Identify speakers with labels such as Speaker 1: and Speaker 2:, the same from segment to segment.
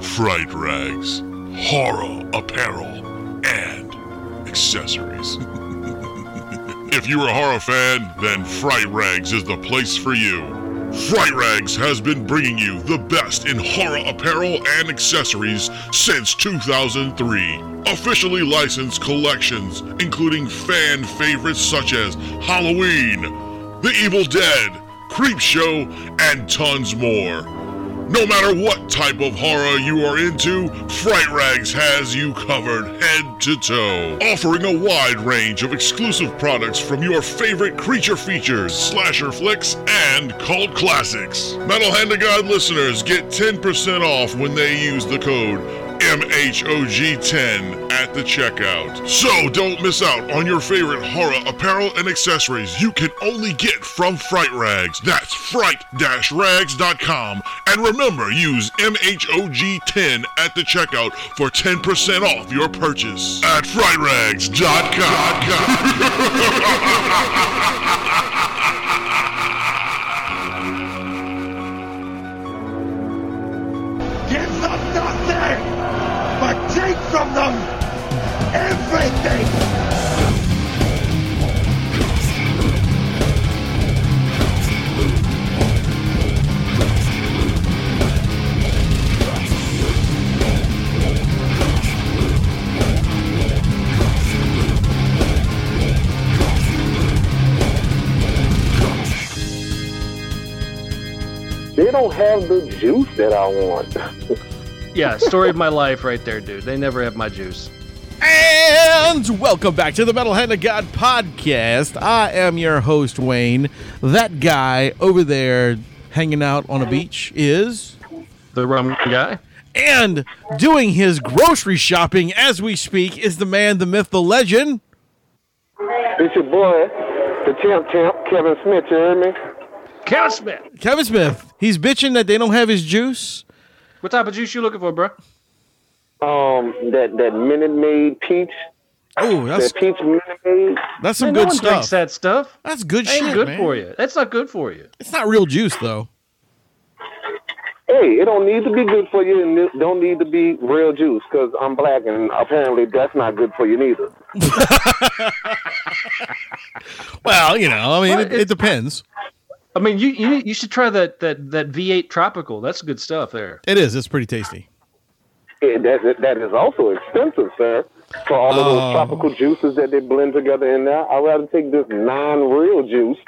Speaker 1: fright rags, horror apparel, and accessories. if you're a horror fan, then Fright Rags is the place for you. Fright Rags has been bringing you the best in horror apparel and accessories since 2003. Officially licensed collections, including fan favorites such as Halloween, The Evil Dead, Creepshow, and tons more. No matter what type of horror you are into, Fright Rags has you covered head to toe, offering a wide range of exclusive products from your favorite creature features, slasher flicks, and cult classics. Metal Hand to God listeners get 10% off when they use the code MHOG10 at the checkout. So don't miss out on your favorite horror apparel and accessories you can only get from Fright Rags. That's fright-rags.com. And remember, use MHOG10 at the checkout for 10% off your purchase at frightrags.com.
Speaker 2: Give them nothing, but take from them everything.
Speaker 3: They don't have the juice that I want.
Speaker 4: Yeah, story of my life right there, dude. They never have my juice.
Speaker 5: And welcome back to the Metalhead of God podcast. I am your host, Wayne. That guy over there hanging out on a beach is.
Speaker 4: The rum guy.
Speaker 5: And doing his grocery shopping as we speak is the man, the myth, the legend.
Speaker 3: it's your boy, the champ champ, Kevin Smith, you hear me?
Speaker 4: Count Smith.
Speaker 5: Kevin Smith. He's bitching that they don't have his juice.
Speaker 4: What type of juice you looking for, bro?
Speaker 3: Um, that, that Minute Maid peach,
Speaker 5: Oh, that's
Speaker 3: that peach Minute Maid.
Speaker 5: that's some
Speaker 4: Man, no
Speaker 5: good
Speaker 4: one drinks
Speaker 5: stuff.
Speaker 4: that stuff.
Speaker 5: That's good
Speaker 4: That ain't
Speaker 5: shit,
Speaker 4: good
Speaker 5: man.
Speaker 4: for you. That's not good for you.
Speaker 5: It's not real juice though.
Speaker 3: Hey, it don't need to be good for you and it don't need to be real juice because I'm black and apparently that's not good for you neither.
Speaker 5: Well, you know, I mean,
Speaker 4: Well,
Speaker 5: it, it depends.
Speaker 4: I mean, you you, you should try that, that that V8 tropical. That's good stuff there.
Speaker 5: It is. It's pretty tasty.
Speaker 3: It, that, that is also expensive, sir. For all of those tropical juices that they blend together in there, I'd rather take this non-real juice.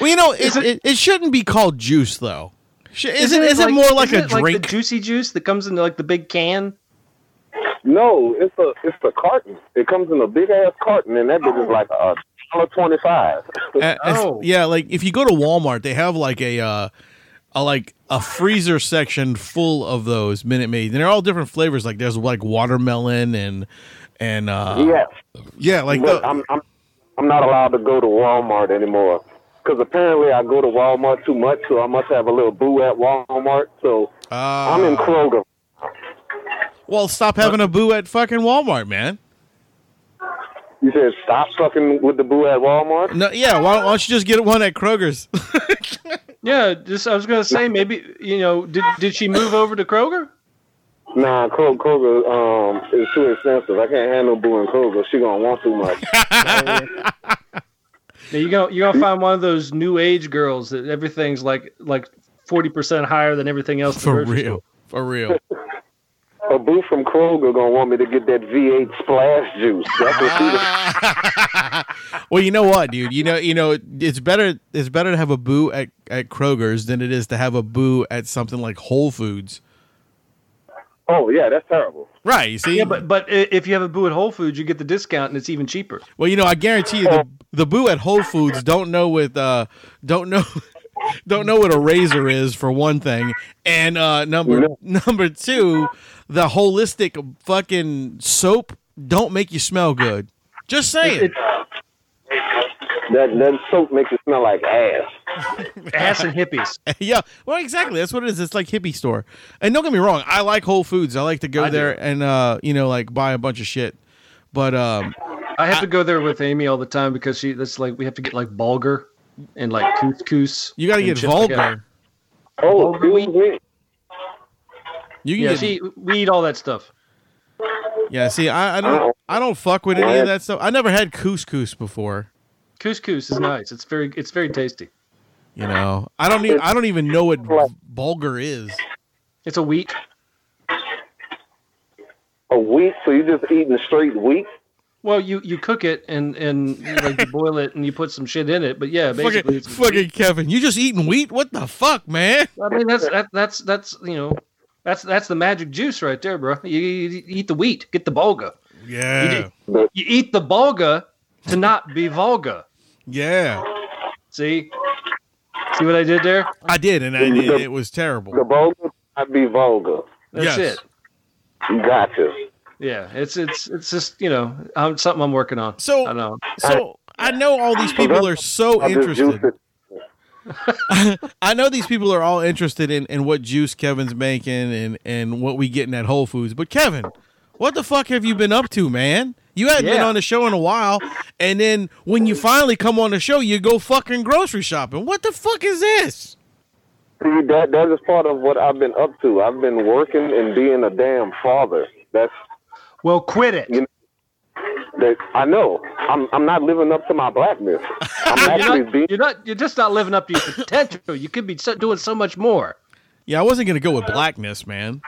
Speaker 5: Well, you know, it, it, it shouldn't be called juice though. Sh- Isn't, isn't
Speaker 4: like-
Speaker 5: it, more like
Speaker 4: isn't
Speaker 5: a
Speaker 4: it
Speaker 5: drink?
Speaker 4: the juicy juice that comes in like the big can.
Speaker 3: No, it's a it's a carton. It comes in a big ass carton, and that bitch is like a dollar twenty five.
Speaker 5: Uh, it's-
Speaker 4: Oh.
Speaker 5: Yeah, like if you go to Walmart, they have like a, uh, a like a freezer section full of those Minute Maids, and they're all different flavors. Like there's like watermelon and and uh,
Speaker 3: yeah,
Speaker 5: yeah, like
Speaker 3: but
Speaker 5: the,
Speaker 3: I'm I'm I'm not allowed to go to Walmart anymore because apparently I go to Walmart too much, so I must have a little boo at Walmart. So I'm
Speaker 5: Ah.
Speaker 3: in Kroger.
Speaker 5: uh, well, stop having a boo at fucking Walmart, man.
Speaker 3: You said stop fucking with the boo at Walmart.
Speaker 5: No, yeah, why, why don't you just get one at Kroger's?
Speaker 4: Yeah, just I was gonna say maybe you know did did she move over to Kroger?
Speaker 3: Nah, Kro- Kroger um is too expensive. I can't handle boo and Kroger. She gonna want too much.
Speaker 4: Now you gonna you gonna find one of those new age girls that everything's like like forty percent higher than everything else. in the
Speaker 5: For
Speaker 4: grocery
Speaker 5: real, for real.
Speaker 3: a boo from Kroger gonna want me to get that V8 splash juice. That's what she
Speaker 5: Well, you know what, dude? You know, you know, it's better it's better to have a boo at, at Kroger's than it is to have a boo at something like Whole Foods.
Speaker 3: Oh yeah, that's terrible.
Speaker 5: Right, you see?
Speaker 4: Yeah, but but i- if you have a boo at Whole Foods, you get the discount and it's even cheaper.
Speaker 5: well, you know, I guarantee you the, the boo at Whole Foods don't know with uh don't know don't know what a razor is for one thing. And uh number
Speaker 3: No.
Speaker 5: number 2, the holistic fucking soap don't make you smell good. Just saying.
Speaker 3: That that soap makes it smell like ass.
Speaker 4: Ass and hippies.
Speaker 5: yeah, well, exactly. That's what it is. It's like hippie store. And don't get me wrong, I like Whole Foods. I like to go
Speaker 4: I do.
Speaker 5: there and uh, you know, like buy a bunch of shit. But um,
Speaker 4: I have to go there with Amy all the time because she that's like we have to get like bulgur and like couscous.
Speaker 5: you got to
Speaker 4: and
Speaker 5: get
Speaker 4: shit like that.
Speaker 5: vulgar.
Speaker 3: Oh,
Speaker 4: Bulgur
Speaker 3: excuse me.
Speaker 5: You can
Speaker 4: Yeah,
Speaker 5: get
Speaker 4: she we eat all that stuff.
Speaker 5: yeah. See, I, I don't I don't fuck with any of that stuff. I never had couscous before.
Speaker 4: Couscous is nice. It's very it's very tasty.
Speaker 5: You know, I don't even I don't even know what bulgur is.
Speaker 4: It's a wheat.
Speaker 3: A week, so you're just eating straight wheat?
Speaker 4: Well, you you cook it and and like you boil it and you put some shit in it. But yeah, basically,
Speaker 5: Fucking,
Speaker 4: it's,
Speaker 5: fucking Kevin, you just eating wheat? What the fuck, man?
Speaker 4: I mean that's that, that's that's you know. That's that's the magic juice right there, bro. You, you eat the wheat, get the bulga. You,
Speaker 5: Yeah,
Speaker 4: do- you eat the bulga to not be vulga.
Speaker 5: yeah.
Speaker 4: See, see what I did there?
Speaker 5: I did, and I, it, it was terrible.
Speaker 3: The vulgar, I'd be vulgar.
Speaker 4: That's
Speaker 5: Yes.
Speaker 4: it.
Speaker 3: Gotcha.
Speaker 4: Yeah, it's it's it's just you know um something I'm working on.
Speaker 5: So-
Speaker 4: I know.
Speaker 5: So I know all these people are so
Speaker 3: I just juice
Speaker 5: interested.
Speaker 3: it.
Speaker 5: I know these people are all interested in, in what juice Kevin's making and, and what we getting at Whole Foods. But Kevin, what the fuck have you been up to, man? You hadn't been
Speaker 4: Yeah.
Speaker 5: on the show in a while, and then when you finally come on the show, you go fucking grocery shopping. What the fuck is this?
Speaker 3: See, that that is part of what I've been up to. I've been working and being a damn father. That's
Speaker 4: Well, quit it.
Speaker 3: You- that I know. I'm I'm not living up to my blackness. I'm
Speaker 4: You're
Speaker 3: actually
Speaker 4: not,
Speaker 3: being
Speaker 4: you're not. You're just not living up to your potential. You could be so, doing so much more.
Speaker 5: Yeah, I wasn't gonna go with blackness, man.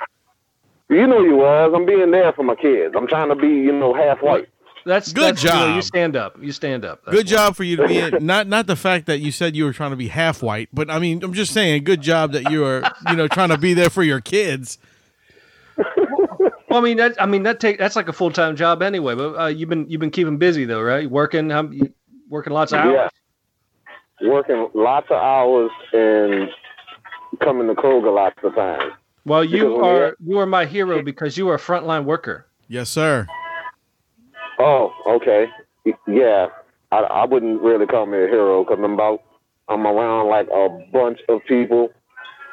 Speaker 3: you know you was. I'm being there for my kids. I'm trying to be, you know, half white.
Speaker 4: That's
Speaker 5: Good
Speaker 4: that's, you know, You,
Speaker 5: job.
Speaker 4: stand up. You stand up. That's
Speaker 5: Good job for you to be in, not not the fact that you said you were trying to be half white, but I mean, I'm just saying, good job that you are you know trying to be there for your kids.
Speaker 4: Well, I mean that. I mean that take. That's like a full time job anyway. But uh, you've been you've been keeping busy though, right? Working. Um, you- working lots of hours.
Speaker 3: Yeah. Working lots of hours and coming to Kroger lots of times.
Speaker 4: Well, you
Speaker 3: Because when
Speaker 4: are
Speaker 3: you're-
Speaker 4: you are my hero because you are a frontline worker.
Speaker 5: Yes, sir.
Speaker 3: Oh, okay. Y- Yeah, I, I wouldn't really call me a hero because I'm about I'm around like a bunch of people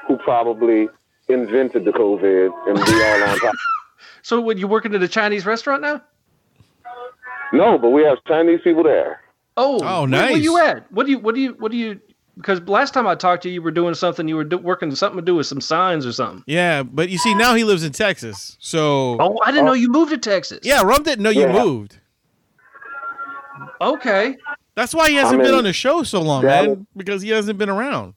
Speaker 3: who probably invented the COVID and we all on top.
Speaker 4: So, when you working at a Chinese restaurant now?
Speaker 3: No, but we have Chinese people there.
Speaker 4: Oh,
Speaker 5: Oh,
Speaker 4: where- Where,
Speaker 5: nice.
Speaker 4: you at? What do you what do you what do you? Because last time I talked to you, you were doing something. You were do, working something to do with some signs or something.
Speaker 5: Yeah, but you see, now he lives in Texas, so
Speaker 4: Oh, I didn't know you moved to Texas.
Speaker 5: Yeah, Rum didn't know you
Speaker 3: Yeah.
Speaker 5: moved.
Speaker 4: Okay.
Speaker 5: That's why he hasn't
Speaker 3: I'm
Speaker 5: been
Speaker 3: in
Speaker 5: on the show so long,
Speaker 3: Dallas.
Speaker 5: man. Because he hasn't been around.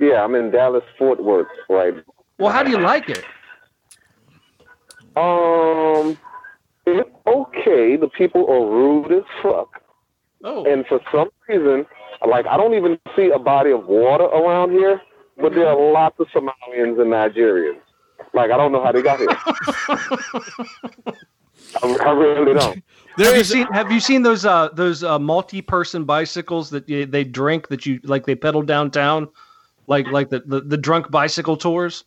Speaker 3: Yeah, I'm in Dallas Fort Worth right.
Speaker 4: Well, how do you like it?
Speaker 3: Um, it's okay. The people are rude as fuck,
Speaker 4: Oh,
Speaker 3: and for some reason, like I don't even see a body of water around here. But there are lots of Somalians and Nigerians. Like I don't know how they got here. I, I really don't.
Speaker 5: There
Speaker 4: have you
Speaker 5: is
Speaker 4: seen Have you seen those uh those uh, multi person bicycles that you, they drink that you like they pedal downtown, like like the, the the drunk bicycle tours?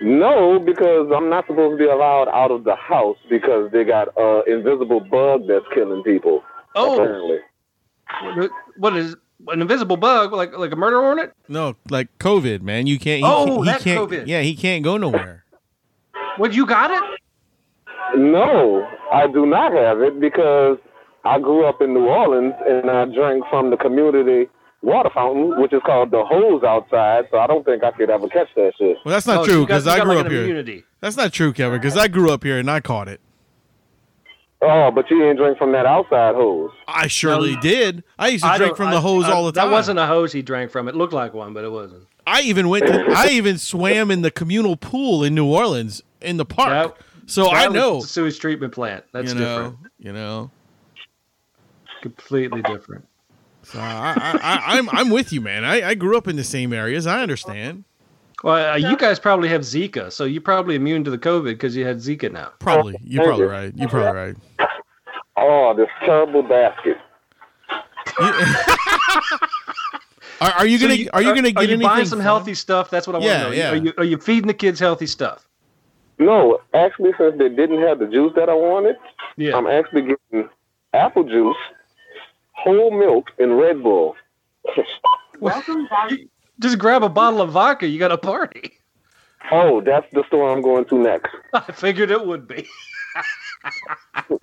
Speaker 3: No, because I'm not supposed to be allowed out of the house because they got uh invisible bug that's killing people.
Speaker 4: Oh,
Speaker 3: Apparently.
Speaker 4: what is an invisible bug like like a murder hornet?
Speaker 5: no like COVID, man. You can't. He
Speaker 4: Oh,
Speaker 5: can't, he
Speaker 4: that
Speaker 5: can't-
Speaker 4: COVID.
Speaker 5: Yeah, he can't go nowhere.
Speaker 4: What you got it?
Speaker 3: No, I do not have it because I grew up in New Orleans and I drank from the community water fountain, which is called the hose outside. So I don't think I could ever catch that shit.
Speaker 5: Well, that's not
Speaker 4: Oh, so you
Speaker 5: true
Speaker 4: got-
Speaker 5: because
Speaker 4: you
Speaker 5: I
Speaker 4: got,
Speaker 5: grew
Speaker 4: like,
Speaker 5: up
Speaker 4: an
Speaker 5: here.
Speaker 4: immunity.
Speaker 5: That's not true, Kevin. Because I grew up here and I caught it.
Speaker 3: Oh, but you didn't drink from that outside hose.
Speaker 5: I surely did. I used to
Speaker 4: I
Speaker 5: drink
Speaker 4: don't-
Speaker 5: from
Speaker 4: I-
Speaker 5: the hose
Speaker 4: I-
Speaker 5: all the time.
Speaker 4: That wasn't a hose he drank from. It looked like one, but it wasn't.
Speaker 5: I even went. To, I even swam in the communal pool in New Orleans in the park. so
Speaker 4: That
Speaker 5: I
Speaker 4: was
Speaker 5: know.
Speaker 4: the sewage treatment plant. That's
Speaker 5: you know.
Speaker 4: different.
Speaker 5: You know.
Speaker 4: Completely different.
Speaker 5: So I, I, I, I'm I'm with you, man. I, I grew up in the same areas. I understand.
Speaker 4: Well, uh, you guys probably have Zika, so you're probably immune to the COVID because you had Zika now.
Speaker 5: Probably. You're
Speaker 3: Thank
Speaker 5: probably
Speaker 3: you.
Speaker 5: right. You're probably right.
Speaker 3: Oh, this terrible basket.
Speaker 5: Are, are you
Speaker 4: So
Speaker 5: gonna Are you gonna get
Speaker 4: are you
Speaker 5: anything?
Speaker 4: buying some
Speaker 5: from-
Speaker 4: healthy stuff? That's what I want
Speaker 5: Yeah,
Speaker 4: to know.
Speaker 5: yeah.
Speaker 4: Are you are you feeding the kids healthy stuff?
Speaker 3: No, actually, since they didn't have the juice that I wanted,
Speaker 4: Yeah.
Speaker 3: I'm actually getting apple juice, whole milk, and Red Bull.
Speaker 4: Just grab a bottle of vodka. You got a party.
Speaker 3: oh, that's the store I'm going to next.
Speaker 4: I figured it would be.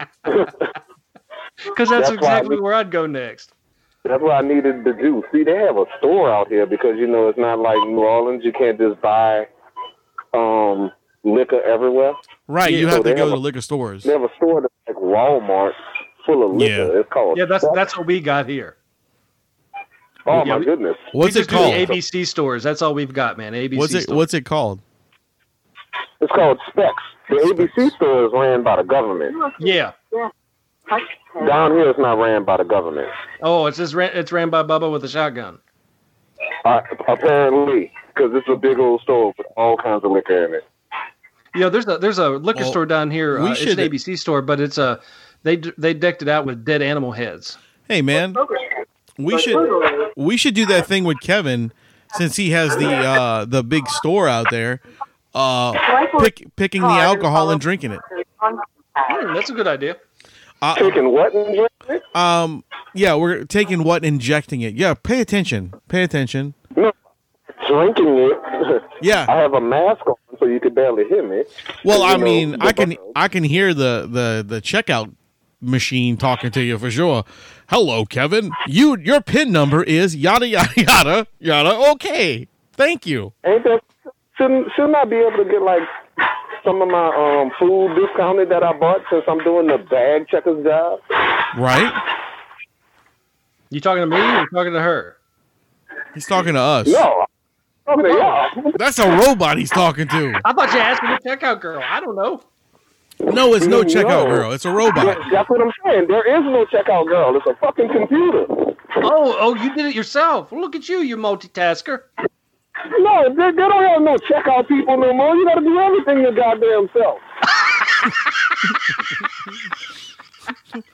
Speaker 4: Because that's,
Speaker 3: That's why
Speaker 4: exactly
Speaker 3: we-
Speaker 4: where I'd go next.
Speaker 3: That's why I needed the juice. See, they have a store out here because you know it's not like New Orleans. You can't just buy um, liquor everywhere.
Speaker 5: Right,
Speaker 3: Yeah,
Speaker 5: you have
Speaker 3: so
Speaker 5: to
Speaker 3: they
Speaker 5: go
Speaker 3: have
Speaker 5: to
Speaker 3: a-
Speaker 5: liquor stores.
Speaker 3: They have a store that's like Walmart full of liquor.
Speaker 5: Yeah.
Speaker 3: It's called.
Speaker 4: Yeah, that's
Speaker 3: Sp-
Speaker 4: that's what we got here.
Speaker 3: Oh
Speaker 4: yeah,
Speaker 3: my
Speaker 4: we-
Speaker 3: goodness!
Speaker 5: What's
Speaker 4: we
Speaker 5: it
Speaker 4: just do the
Speaker 5: called?
Speaker 4: ABC stores. That's all we've got, man. ABC
Speaker 5: What's it
Speaker 4: stores.
Speaker 5: What's it called?
Speaker 3: It's called Specs. The ABC store is ran by the government.
Speaker 4: yeah.
Speaker 3: Down here, it's not ran by the government.
Speaker 4: Oh, it's just ran, it's ran by Bubba with a shotgun.
Speaker 3: Uh, apparently, because it's a big old store with all kinds of liquor in it.
Speaker 4: You know, there's a there's a liquor
Speaker 5: Well,
Speaker 4: store down here.
Speaker 5: we
Speaker 4: Uh, it's an
Speaker 5: should-
Speaker 4: ABC store, but it's a they d- they decked it out with dead animal heads.
Speaker 5: Hey man, we should we should do that thing with Kevin since he has the uh, the big store out there. Uh, pick, picking the alcohol and drinking it.
Speaker 4: Hmm, that's a good idea.
Speaker 5: Uh,
Speaker 3: Chicken what? in here?
Speaker 5: um, yeah, we're taking what injecting it. Yeah, pay attention. Pay attention.
Speaker 3: Drinking it. I
Speaker 5: Yeah.
Speaker 3: have a mask on, so you can barely hear me.
Speaker 5: Well, I
Speaker 3: You know,
Speaker 5: mean,
Speaker 3: the
Speaker 5: I can
Speaker 3: buttons.
Speaker 5: I can hear the the the checkout machine talking to you for sure. Hello, Kevin. You your pin number is yada yada yada yada. Okay. Thank you.
Speaker 3: Ain't that shouldn't shouldn't I be able to get like some of my um food discounted that I bought since I'm doing the bag checker's job?
Speaker 5: Right?
Speaker 4: You talking to me? or You talking to her?
Speaker 5: He's talking to us.
Speaker 3: No. Okay, yeah.
Speaker 5: That's a robot he's talking to.
Speaker 4: I thought you asked me to check out girl. I don't know.
Speaker 5: No, it's no
Speaker 3: No.
Speaker 5: checkout girl. It's a robot.
Speaker 3: Yeah, That's what I'm saying. There is no checkout girl. It's a fucking computer.
Speaker 4: Oh, oh, you did it yourself. Look at you, you multitasker.
Speaker 3: No, they, they don't have no checkout people no more. You gotta do everything your goddamn self.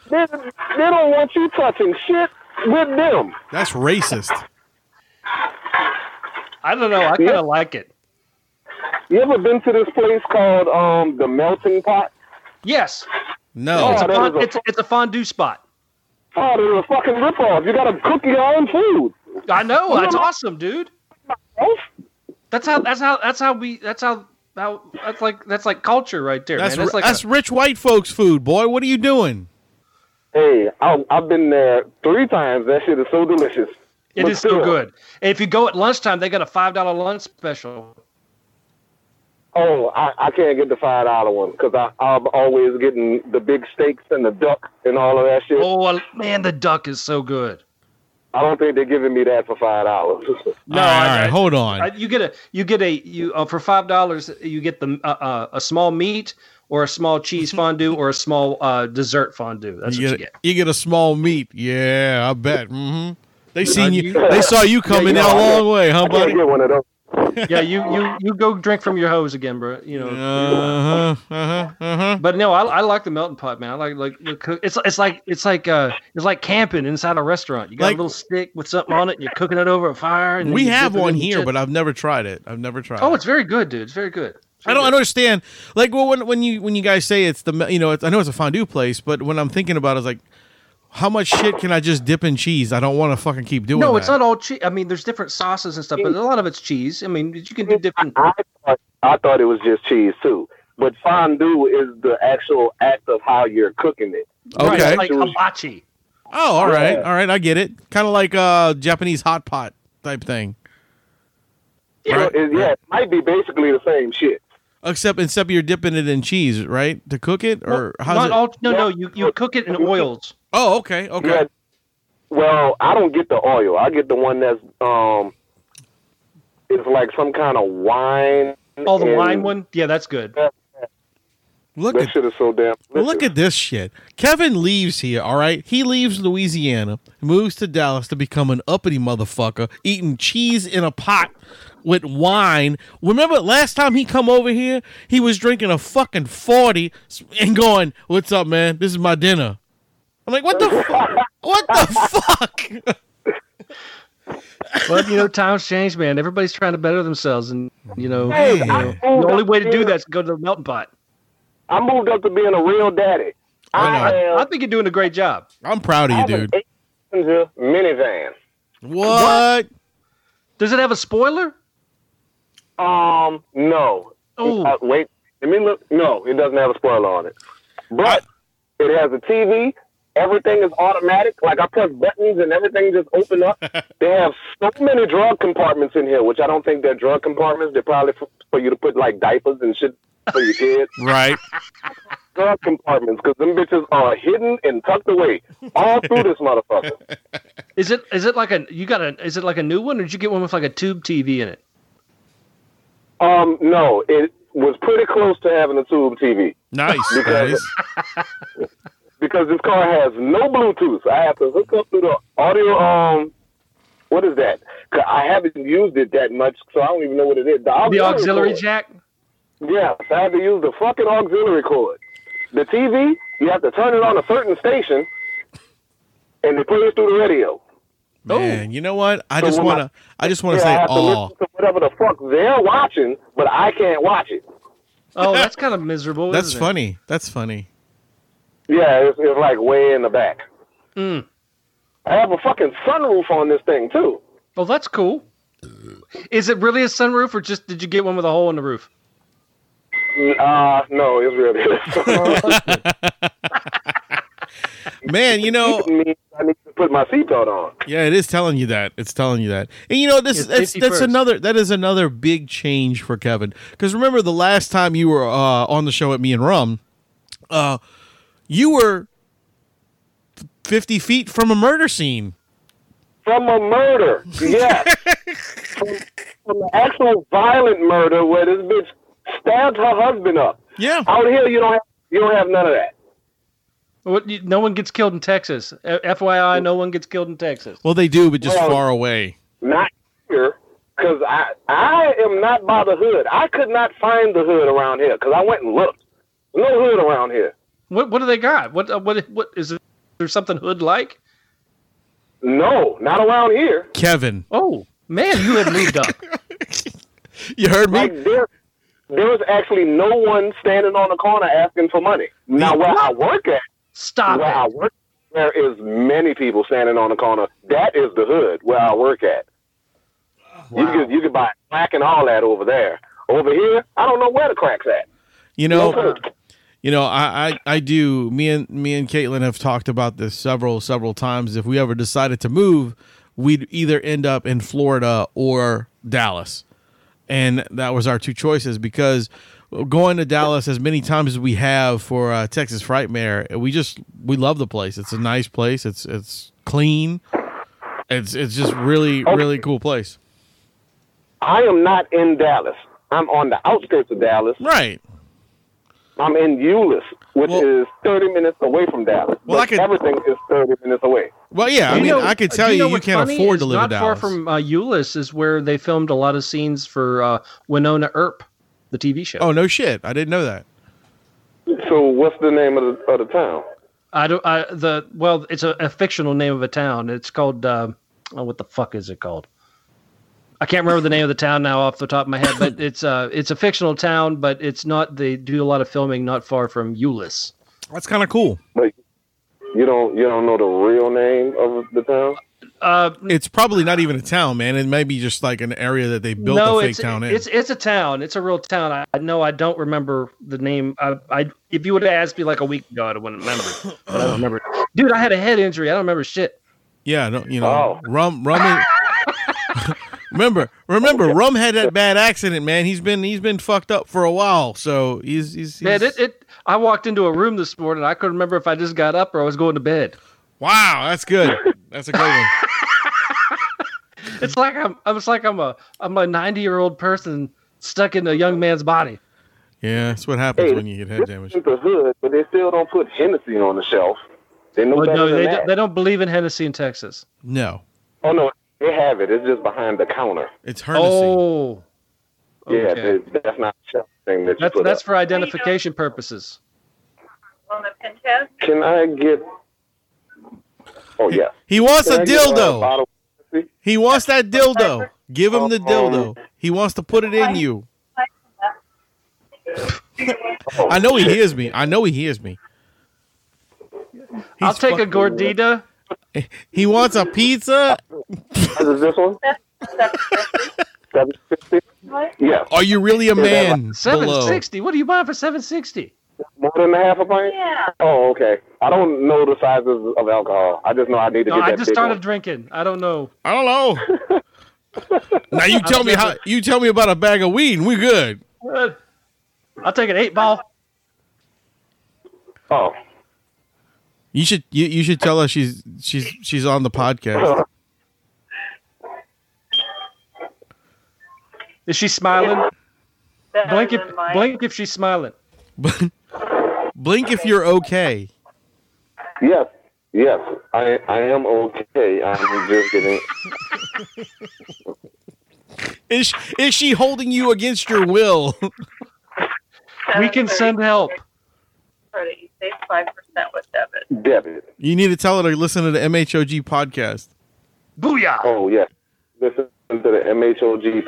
Speaker 3: they, they don't want you touching shit with them.
Speaker 5: That's racist.
Speaker 4: I don't know. I kind
Speaker 3: Yeah.
Speaker 4: of like it.
Speaker 3: You ever been to this place called um the Melting Pot?
Speaker 4: Yes,
Speaker 5: No.
Speaker 4: it's a
Speaker 3: that
Speaker 4: fond,
Speaker 3: is a-
Speaker 4: it's it's a fondue spot.
Speaker 3: Oh, they're a fucking ripoff. You gotta cook your own food.
Speaker 4: I know. That's awesome, dude.
Speaker 3: Oh,
Speaker 4: That's how. That's how. That's how we. That's how. How. That's like. That's like culture right there,
Speaker 5: That's
Speaker 4: man. That's like.
Speaker 5: that's
Speaker 4: a-
Speaker 5: rich white folks food, boy. What are you doing?
Speaker 3: Hey, I, I've been there three times. That shit is so delicious.
Speaker 4: it
Speaker 3: but
Speaker 4: is so
Speaker 3: still.
Speaker 4: good. And if you go at lunchtime, they got a five dollar lunch special.
Speaker 3: Oh, I, I can't get the five dollar one because I'm always getting the big steaks and the duck and all of that shit.
Speaker 4: Oh I- man, the duck is so good.
Speaker 3: I don't think they're giving me that for five dollars.
Speaker 4: No,
Speaker 5: all right,
Speaker 4: I-
Speaker 5: all right, hold on.
Speaker 4: I, you get a. You get a. You uh, for five dollars, you get the uh, uh, a small meat or a small cheese fondue or a small uh, dessert fondue. That's
Speaker 5: you
Speaker 4: what
Speaker 5: get,
Speaker 4: you get.
Speaker 5: you get a small meat. Yeah, I bet. hmm They seen
Speaker 4: you-
Speaker 5: you. They saw you coming
Speaker 3: you
Speaker 5: out
Speaker 3: know,
Speaker 5: a
Speaker 3: I
Speaker 5: long way, huh,
Speaker 3: I can't
Speaker 5: buddy?
Speaker 3: get one of those.
Speaker 4: yeah, you you you go drink from your hose again, bro. You know.
Speaker 5: Uh huh. Uh huh. Uh
Speaker 4: But no, I, I like the melting pot, man. I like like the cook. It's it's like it's like uh it's like camping inside a restaurant. You got
Speaker 5: Like-
Speaker 4: a little stick with something on it, and you're cooking it over a fire.
Speaker 5: huh.
Speaker 4: And
Speaker 5: We have one here, but I've never tried it. I've never tried.
Speaker 4: oh,
Speaker 5: it.
Speaker 4: it's very good, dude. It's very good. It's
Speaker 5: I
Speaker 4: very
Speaker 5: don't, I
Speaker 4: good.
Speaker 5: don't understand. Like, well, when when you when you guys say it's the me- you know it's, I know it's a fondue place, but when I'm thinking about it, it's like, how much shit can I just dip in cheese? I don't want to fucking keep doing.
Speaker 4: No, it's
Speaker 5: that.
Speaker 4: not all cheese. I mean, there's different sauces and stuff, but a lot of it's cheese. I mean, you can do different.
Speaker 3: I thought, I thought it was just cheese too, but fondue is the actual act of how you're cooking it.
Speaker 5: Okay.
Speaker 4: Right, like hibachi.
Speaker 5: Oh, all right, all right, I get it. Kind of like uh, Japanese hot pot type thing,
Speaker 3: So
Speaker 5: Right.
Speaker 3: it- yeah, it might be basically the same shit.
Speaker 5: except except you're dipping it in cheese, right, to cook it, or how's
Speaker 4: Not
Speaker 5: it?
Speaker 4: all. No, no. You you cook it in oils.
Speaker 5: oh, okay, okay.
Speaker 3: Yeah. Well, I don't get the oil. I get the one that's um, it's like some kind of wine.
Speaker 4: All Oh, the
Speaker 3: and
Speaker 4: wine one. Yeah, that's good.
Speaker 5: Look
Speaker 3: That
Speaker 5: at
Speaker 3: shit is so damn.
Speaker 5: look at this shit. Kevin leaves here, all right? He leaves Louisiana, moves to Dallas to become an uppity motherfucker, eating cheese in a pot with wine. Remember last time he come over here, he was drinking a fucking 40 and going, "What's up, man? This is my dinner." I'm like, "What the fuck? What the fuck?"
Speaker 4: But you know, times change, man. Everybody's trying to better themselves, and you know, you know,
Speaker 3: I-
Speaker 4: the only way to do that is to go to the melting pot.
Speaker 3: I moved up to being a real daddy.
Speaker 5: I
Speaker 3: I,
Speaker 5: know.
Speaker 4: I
Speaker 3: have,
Speaker 4: think you're doing a great job.
Speaker 5: I'm proud
Speaker 3: I
Speaker 5: of
Speaker 3: have
Speaker 5: you,
Speaker 3: an
Speaker 5: dude.
Speaker 3: eight-passenger minivan.
Speaker 5: What?
Speaker 4: Does it have a spoiler?
Speaker 3: Um, no.
Speaker 4: Oh.
Speaker 3: Uh, wait. Let me look. No, it doesn't have a spoiler on it, but it has a TV everything is automatic. Like I press buttons and everything just open up. they have so many drug compartments in here, which I don't think they're drug compartments. They're probably for, for you to put like diapers and shit for your kids.
Speaker 5: Right.
Speaker 3: drug compartments, because them bitches are hidden and tucked away all through this motherfucker.
Speaker 4: Is it is it like a you got a is it like a new one or did you get one with like a tube TV in it?
Speaker 3: Um, no, it was pretty close to having a tube TV
Speaker 5: Nice.
Speaker 3: Because-
Speaker 5: nice.
Speaker 3: because this car has no Bluetooth. I have to hook up through the audio. Um, what is that? 'Cause I haven't used it that much, so I don't even know what it is.
Speaker 4: The auxiliary
Speaker 3: cord.
Speaker 4: jack?
Speaker 3: Yes, I had to use the fucking auxiliary cord. The TV, you have to turn it on a certain station, and it plays through the radio.
Speaker 5: Man, you know what? I
Speaker 3: Oh. So
Speaker 5: just
Speaker 3: when I-
Speaker 5: wanna I just wanna
Speaker 3: Yeah, I
Speaker 5: say
Speaker 3: have to
Speaker 5: oh
Speaker 3: listen to whatever the fuck they're watching, but I can't watch it.
Speaker 4: Oh, that's kind of miserable.
Speaker 5: that's
Speaker 4: isn't it?
Speaker 5: funny. That's funny.
Speaker 3: Yeah, it's, it's like way in the back.
Speaker 4: Mm.
Speaker 3: I have a fucking sunroof on this thing too.
Speaker 4: Well, Oh, that's cool. Is it really a sunroof or just did you get one with a hole in the roof?
Speaker 3: Uh, no, it's really.
Speaker 5: Man, you know
Speaker 3: means I need to put my seatbelt on.
Speaker 5: Yeah, it is telling you that. It's telling you that. And you know this
Speaker 4: It's
Speaker 5: that's,
Speaker 4: 50
Speaker 5: that's
Speaker 4: first.
Speaker 5: another that is another big change for Kevin. Cuz remember the last time you were uh, on the show at me and Rum, uh you were 50 feet from a murder scene.
Speaker 3: From a murder, yeah. from, from an actual violent murder where this bitch stabbed her husband up.
Speaker 5: Yeah.
Speaker 3: Out here, you don't have you don't have none of that.
Speaker 4: What, you, no one gets killed in Texas. Uh, FYI, no one gets killed in Texas.
Speaker 5: Well, they do, but just
Speaker 3: Well-
Speaker 5: far away.
Speaker 3: Not here, because I I am not by the hood. I could not find the hood around here because I went and looked. No hood around here.
Speaker 4: What what do they got? What uh, what what is it? There's something hood like?
Speaker 3: No, not around here.
Speaker 5: Kevin,
Speaker 4: Oh man, you have moved up.
Speaker 5: you heard me?
Speaker 3: Like there, there was actually no one standing on the corner asking for money. Now where I work at,
Speaker 4: Stop
Speaker 3: where I
Speaker 4: it.
Speaker 3: work, there is many people standing on the corner. That is the hood where I work at. You can you can buy crack and all that over there. Over here, I don't know where the cracks at.
Speaker 5: You know,
Speaker 3: hood.
Speaker 5: You know, I, I I do. Me and me and Caitlin have talked about this several several times. If we ever decided to move, we'd either end up in Florida or Dallas, and that was our two choices because going to Dallas as many times as we have for uh, Texas Frightmare, we just we love the place. It's a nice place. It's it's clean. It's it's just really really cool place.
Speaker 3: I am not in Dallas. I'm on the outskirts of Dallas.
Speaker 5: Right.
Speaker 3: I'm in Euless, which
Speaker 5: Well-
Speaker 3: is 30 minutes away from Dallas.
Speaker 5: Well, I
Speaker 3: But
Speaker 5: could-
Speaker 3: everything is 30 minutes away.
Speaker 5: Well, yeah. I
Speaker 4: You
Speaker 5: mean,
Speaker 4: know-
Speaker 5: I could
Speaker 4: uh,
Speaker 5: tell you you
Speaker 4: what's
Speaker 5: can't
Speaker 4: funny
Speaker 5: afford
Speaker 4: is
Speaker 5: to live
Speaker 4: not
Speaker 5: in Dallas.
Speaker 4: far from uh, Euless is where they filmed a lot of scenes for uh, Winona Earp, the TV show.
Speaker 5: oh no shit! I didn't know that.
Speaker 3: So what's the name of the, of the town?
Speaker 4: I don't. I the well, it's a, a fictional name of a town. It's called. Uh, oh, what the fuck is it called? I can't remember the name of the town now off the top of my head, but it's uh it's a fictional town, but it's not. They do a lot of filming not far from Euless.
Speaker 5: That's kind of cool.
Speaker 3: You don't you don't know the real name of the town?
Speaker 4: Uh,
Speaker 5: It's probably not even a town, man. It may be just like an area that they built
Speaker 4: no,
Speaker 5: a fake
Speaker 4: it's
Speaker 5: town in.
Speaker 4: it's it's a town. It's a real town. I, I know. I don't remember the name. I, I if you would have asked me like a week ago, I wouldn't remember. But I don't remember. Dude, I had a head injury. I don't remember shit.
Speaker 5: yeah, no, you know,
Speaker 3: Oh.
Speaker 5: rum, rum. is- remember, remember, rum had that bad accident, man. He's been he's been fucked up for a while, so he's he's, he's
Speaker 4: Man, it, it. I walked into a room this morning. I couldn't remember if I just got up or I was going to bed.
Speaker 5: wow. That's good. That's a good one.
Speaker 4: It's like I'm. It's like I'm a. I'm a 90 year old person stuck in a young man's body.
Speaker 5: Yeah, that's what happens when you get head damage.
Speaker 3: It's the hood, but they still don't put Hennessy on the shelf. They know
Speaker 4: Well,
Speaker 3: better
Speaker 4: Oh, no,
Speaker 3: than
Speaker 4: they,
Speaker 3: that.
Speaker 4: don't- they don't believe in Hennessy in Texas.
Speaker 5: No,
Speaker 3: oh no, they have it. It's just behind the counter.
Speaker 5: it's Hennessy.
Speaker 4: Oh,
Speaker 3: Yeah,
Speaker 4: Okay.
Speaker 3: they, that's not a shelf thing that you
Speaker 4: that's
Speaker 3: put
Speaker 4: that's
Speaker 3: up.
Speaker 4: for identification purposes.
Speaker 6: on the Pinchas.
Speaker 3: Can I get? Oh yeah.
Speaker 5: He wants
Speaker 3: Can
Speaker 5: a
Speaker 3: I get, uh, bottle
Speaker 5: dildo.
Speaker 3: of Hennessy?
Speaker 5: He wants that dildo. Give him the
Speaker 3: Um,
Speaker 5: dildo. He wants to put it in you.
Speaker 3: Oh,
Speaker 5: I know he hears me. I know he hears me.
Speaker 4: I'll
Speaker 5: He's
Speaker 4: take a
Speaker 5: fucking-
Speaker 4: gordita.
Speaker 5: He wants a pizza.
Speaker 3: Is this one? Seven fifty. Yeah.
Speaker 5: Are you really a
Speaker 3: that
Speaker 5: man? Below.
Speaker 4: 760. What do you buy for 760?
Speaker 3: More than a half a pint?
Speaker 6: Yeah.
Speaker 3: Oh, okay. I don't know the sizes of alcohol. I just know I need to
Speaker 4: No,
Speaker 3: get that
Speaker 4: I just
Speaker 3: big
Speaker 4: started
Speaker 3: one.
Speaker 4: drinking. I don't know.
Speaker 5: I don't know. now you tell me how you tell me about a bag of weed and we good.
Speaker 4: Uh, I'll take an eight ball.
Speaker 3: Oh,
Speaker 5: You should you, you should tell her she's she's she's on the podcast.
Speaker 4: Is she smiling?
Speaker 6: Better
Speaker 4: Blink if
Speaker 6: than mine.
Speaker 4: blink if she's smiling.
Speaker 5: Blink if you're okay.
Speaker 3: yes, yes. I I am okay. I'm just getting.
Speaker 5: Is she, is she holding you against your will?
Speaker 4: We can
Speaker 6: 7:30,
Speaker 4: send help.
Speaker 6: You save five percent with debit.
Speaker 3: debit.
Speaker 5: you need to tell her to listen to the MHOG podcast.
Speaker 4: Booyah!
Speaker 3: Oh yes. Listen to the MHOG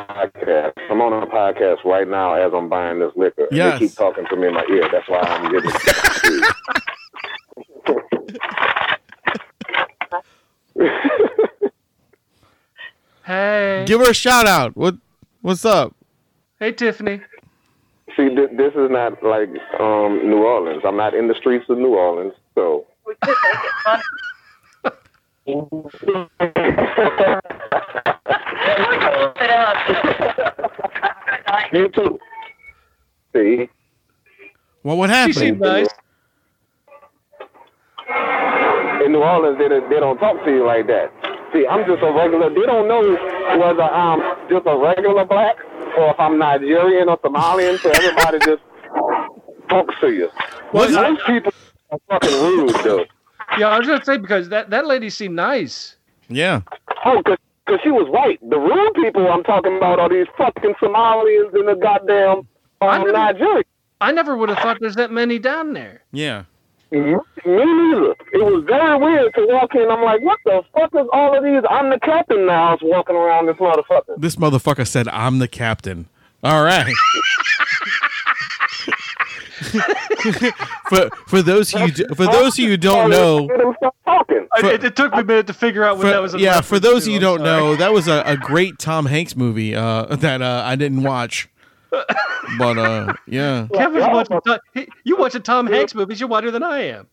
Speaker 3: podcast. I'm on a podcast right now as I'm buying this liquor. and
Speaker 5: Yes.
Speaker 3: They keep talking to me in my ear. That's why I'm getting.
Speaker 4: Hey,
Speaker 5: Give her a shout out. What what's up?
Speaker 4: hey Tiffany.
Speaker 3: See, th- this is not like um, New Orleans. I'm not in the streets of New Orleans, so.
Speaker 6: We could make it fun. Look it up.
Speaker 3: You too. See,
Speaker 5: Well, what
Speaker 4: She
Speaker 5: happened?
Speaker 4: seemed nice.
Speaker 3: in New Orleans, they, they don't talk to you like that. See, I'm just a regular. They don't know whether I'm just a regular black or if I'm Nigerian or Somalian. So everybody just talks to you.
Speaker 5: Well,
Speaker 3: Most people are fucking rude though.
Speaker 4: Yeah, I was gonna say because that that lady seemed nice.
Speaker 5: yeah.
Speaker 3: Oh, cause, 'cause she was white. The rude people I'm talking about are these fucking Somalians and the goddamn
Speaker 4: I
Speaker 3: um,
Speaker 4: never-
Speaker 3: Nigerians.
Speaker 4: I never would have thought there's that many down there.
Speaker 5: Yeah.
Speaker 3: Me neither. It was very weird to walk in. I'm like, what the fuck is all of these? I'm the captain now. Is walking around this motherfucker.
Speaker 5: This motherfucker said I'm the captain. All right. for for those who you, for those who you don't know,
Speaker 3: Let him stop talking.
Speaker 4: I- it, it took me a minute to figure out what
Speaker 5: For-
Speaker 4: that was. a
Speaker 5: yeah,
Speaker 4: reference
Speaker 5: for those
Speaker 4: to.
Speaker 5: who
Speaker 4: I'm
Speaker 5: don't
Speaker 4: sorry.
Speaker 5: know, that was a, a great Tom Hanks movie uh, that uh, I didn't watch. But uh, yeah,
Speaker 4: Kevin's watching. Tom- he- You watching Tom Hanks movies? You're whiter than I am.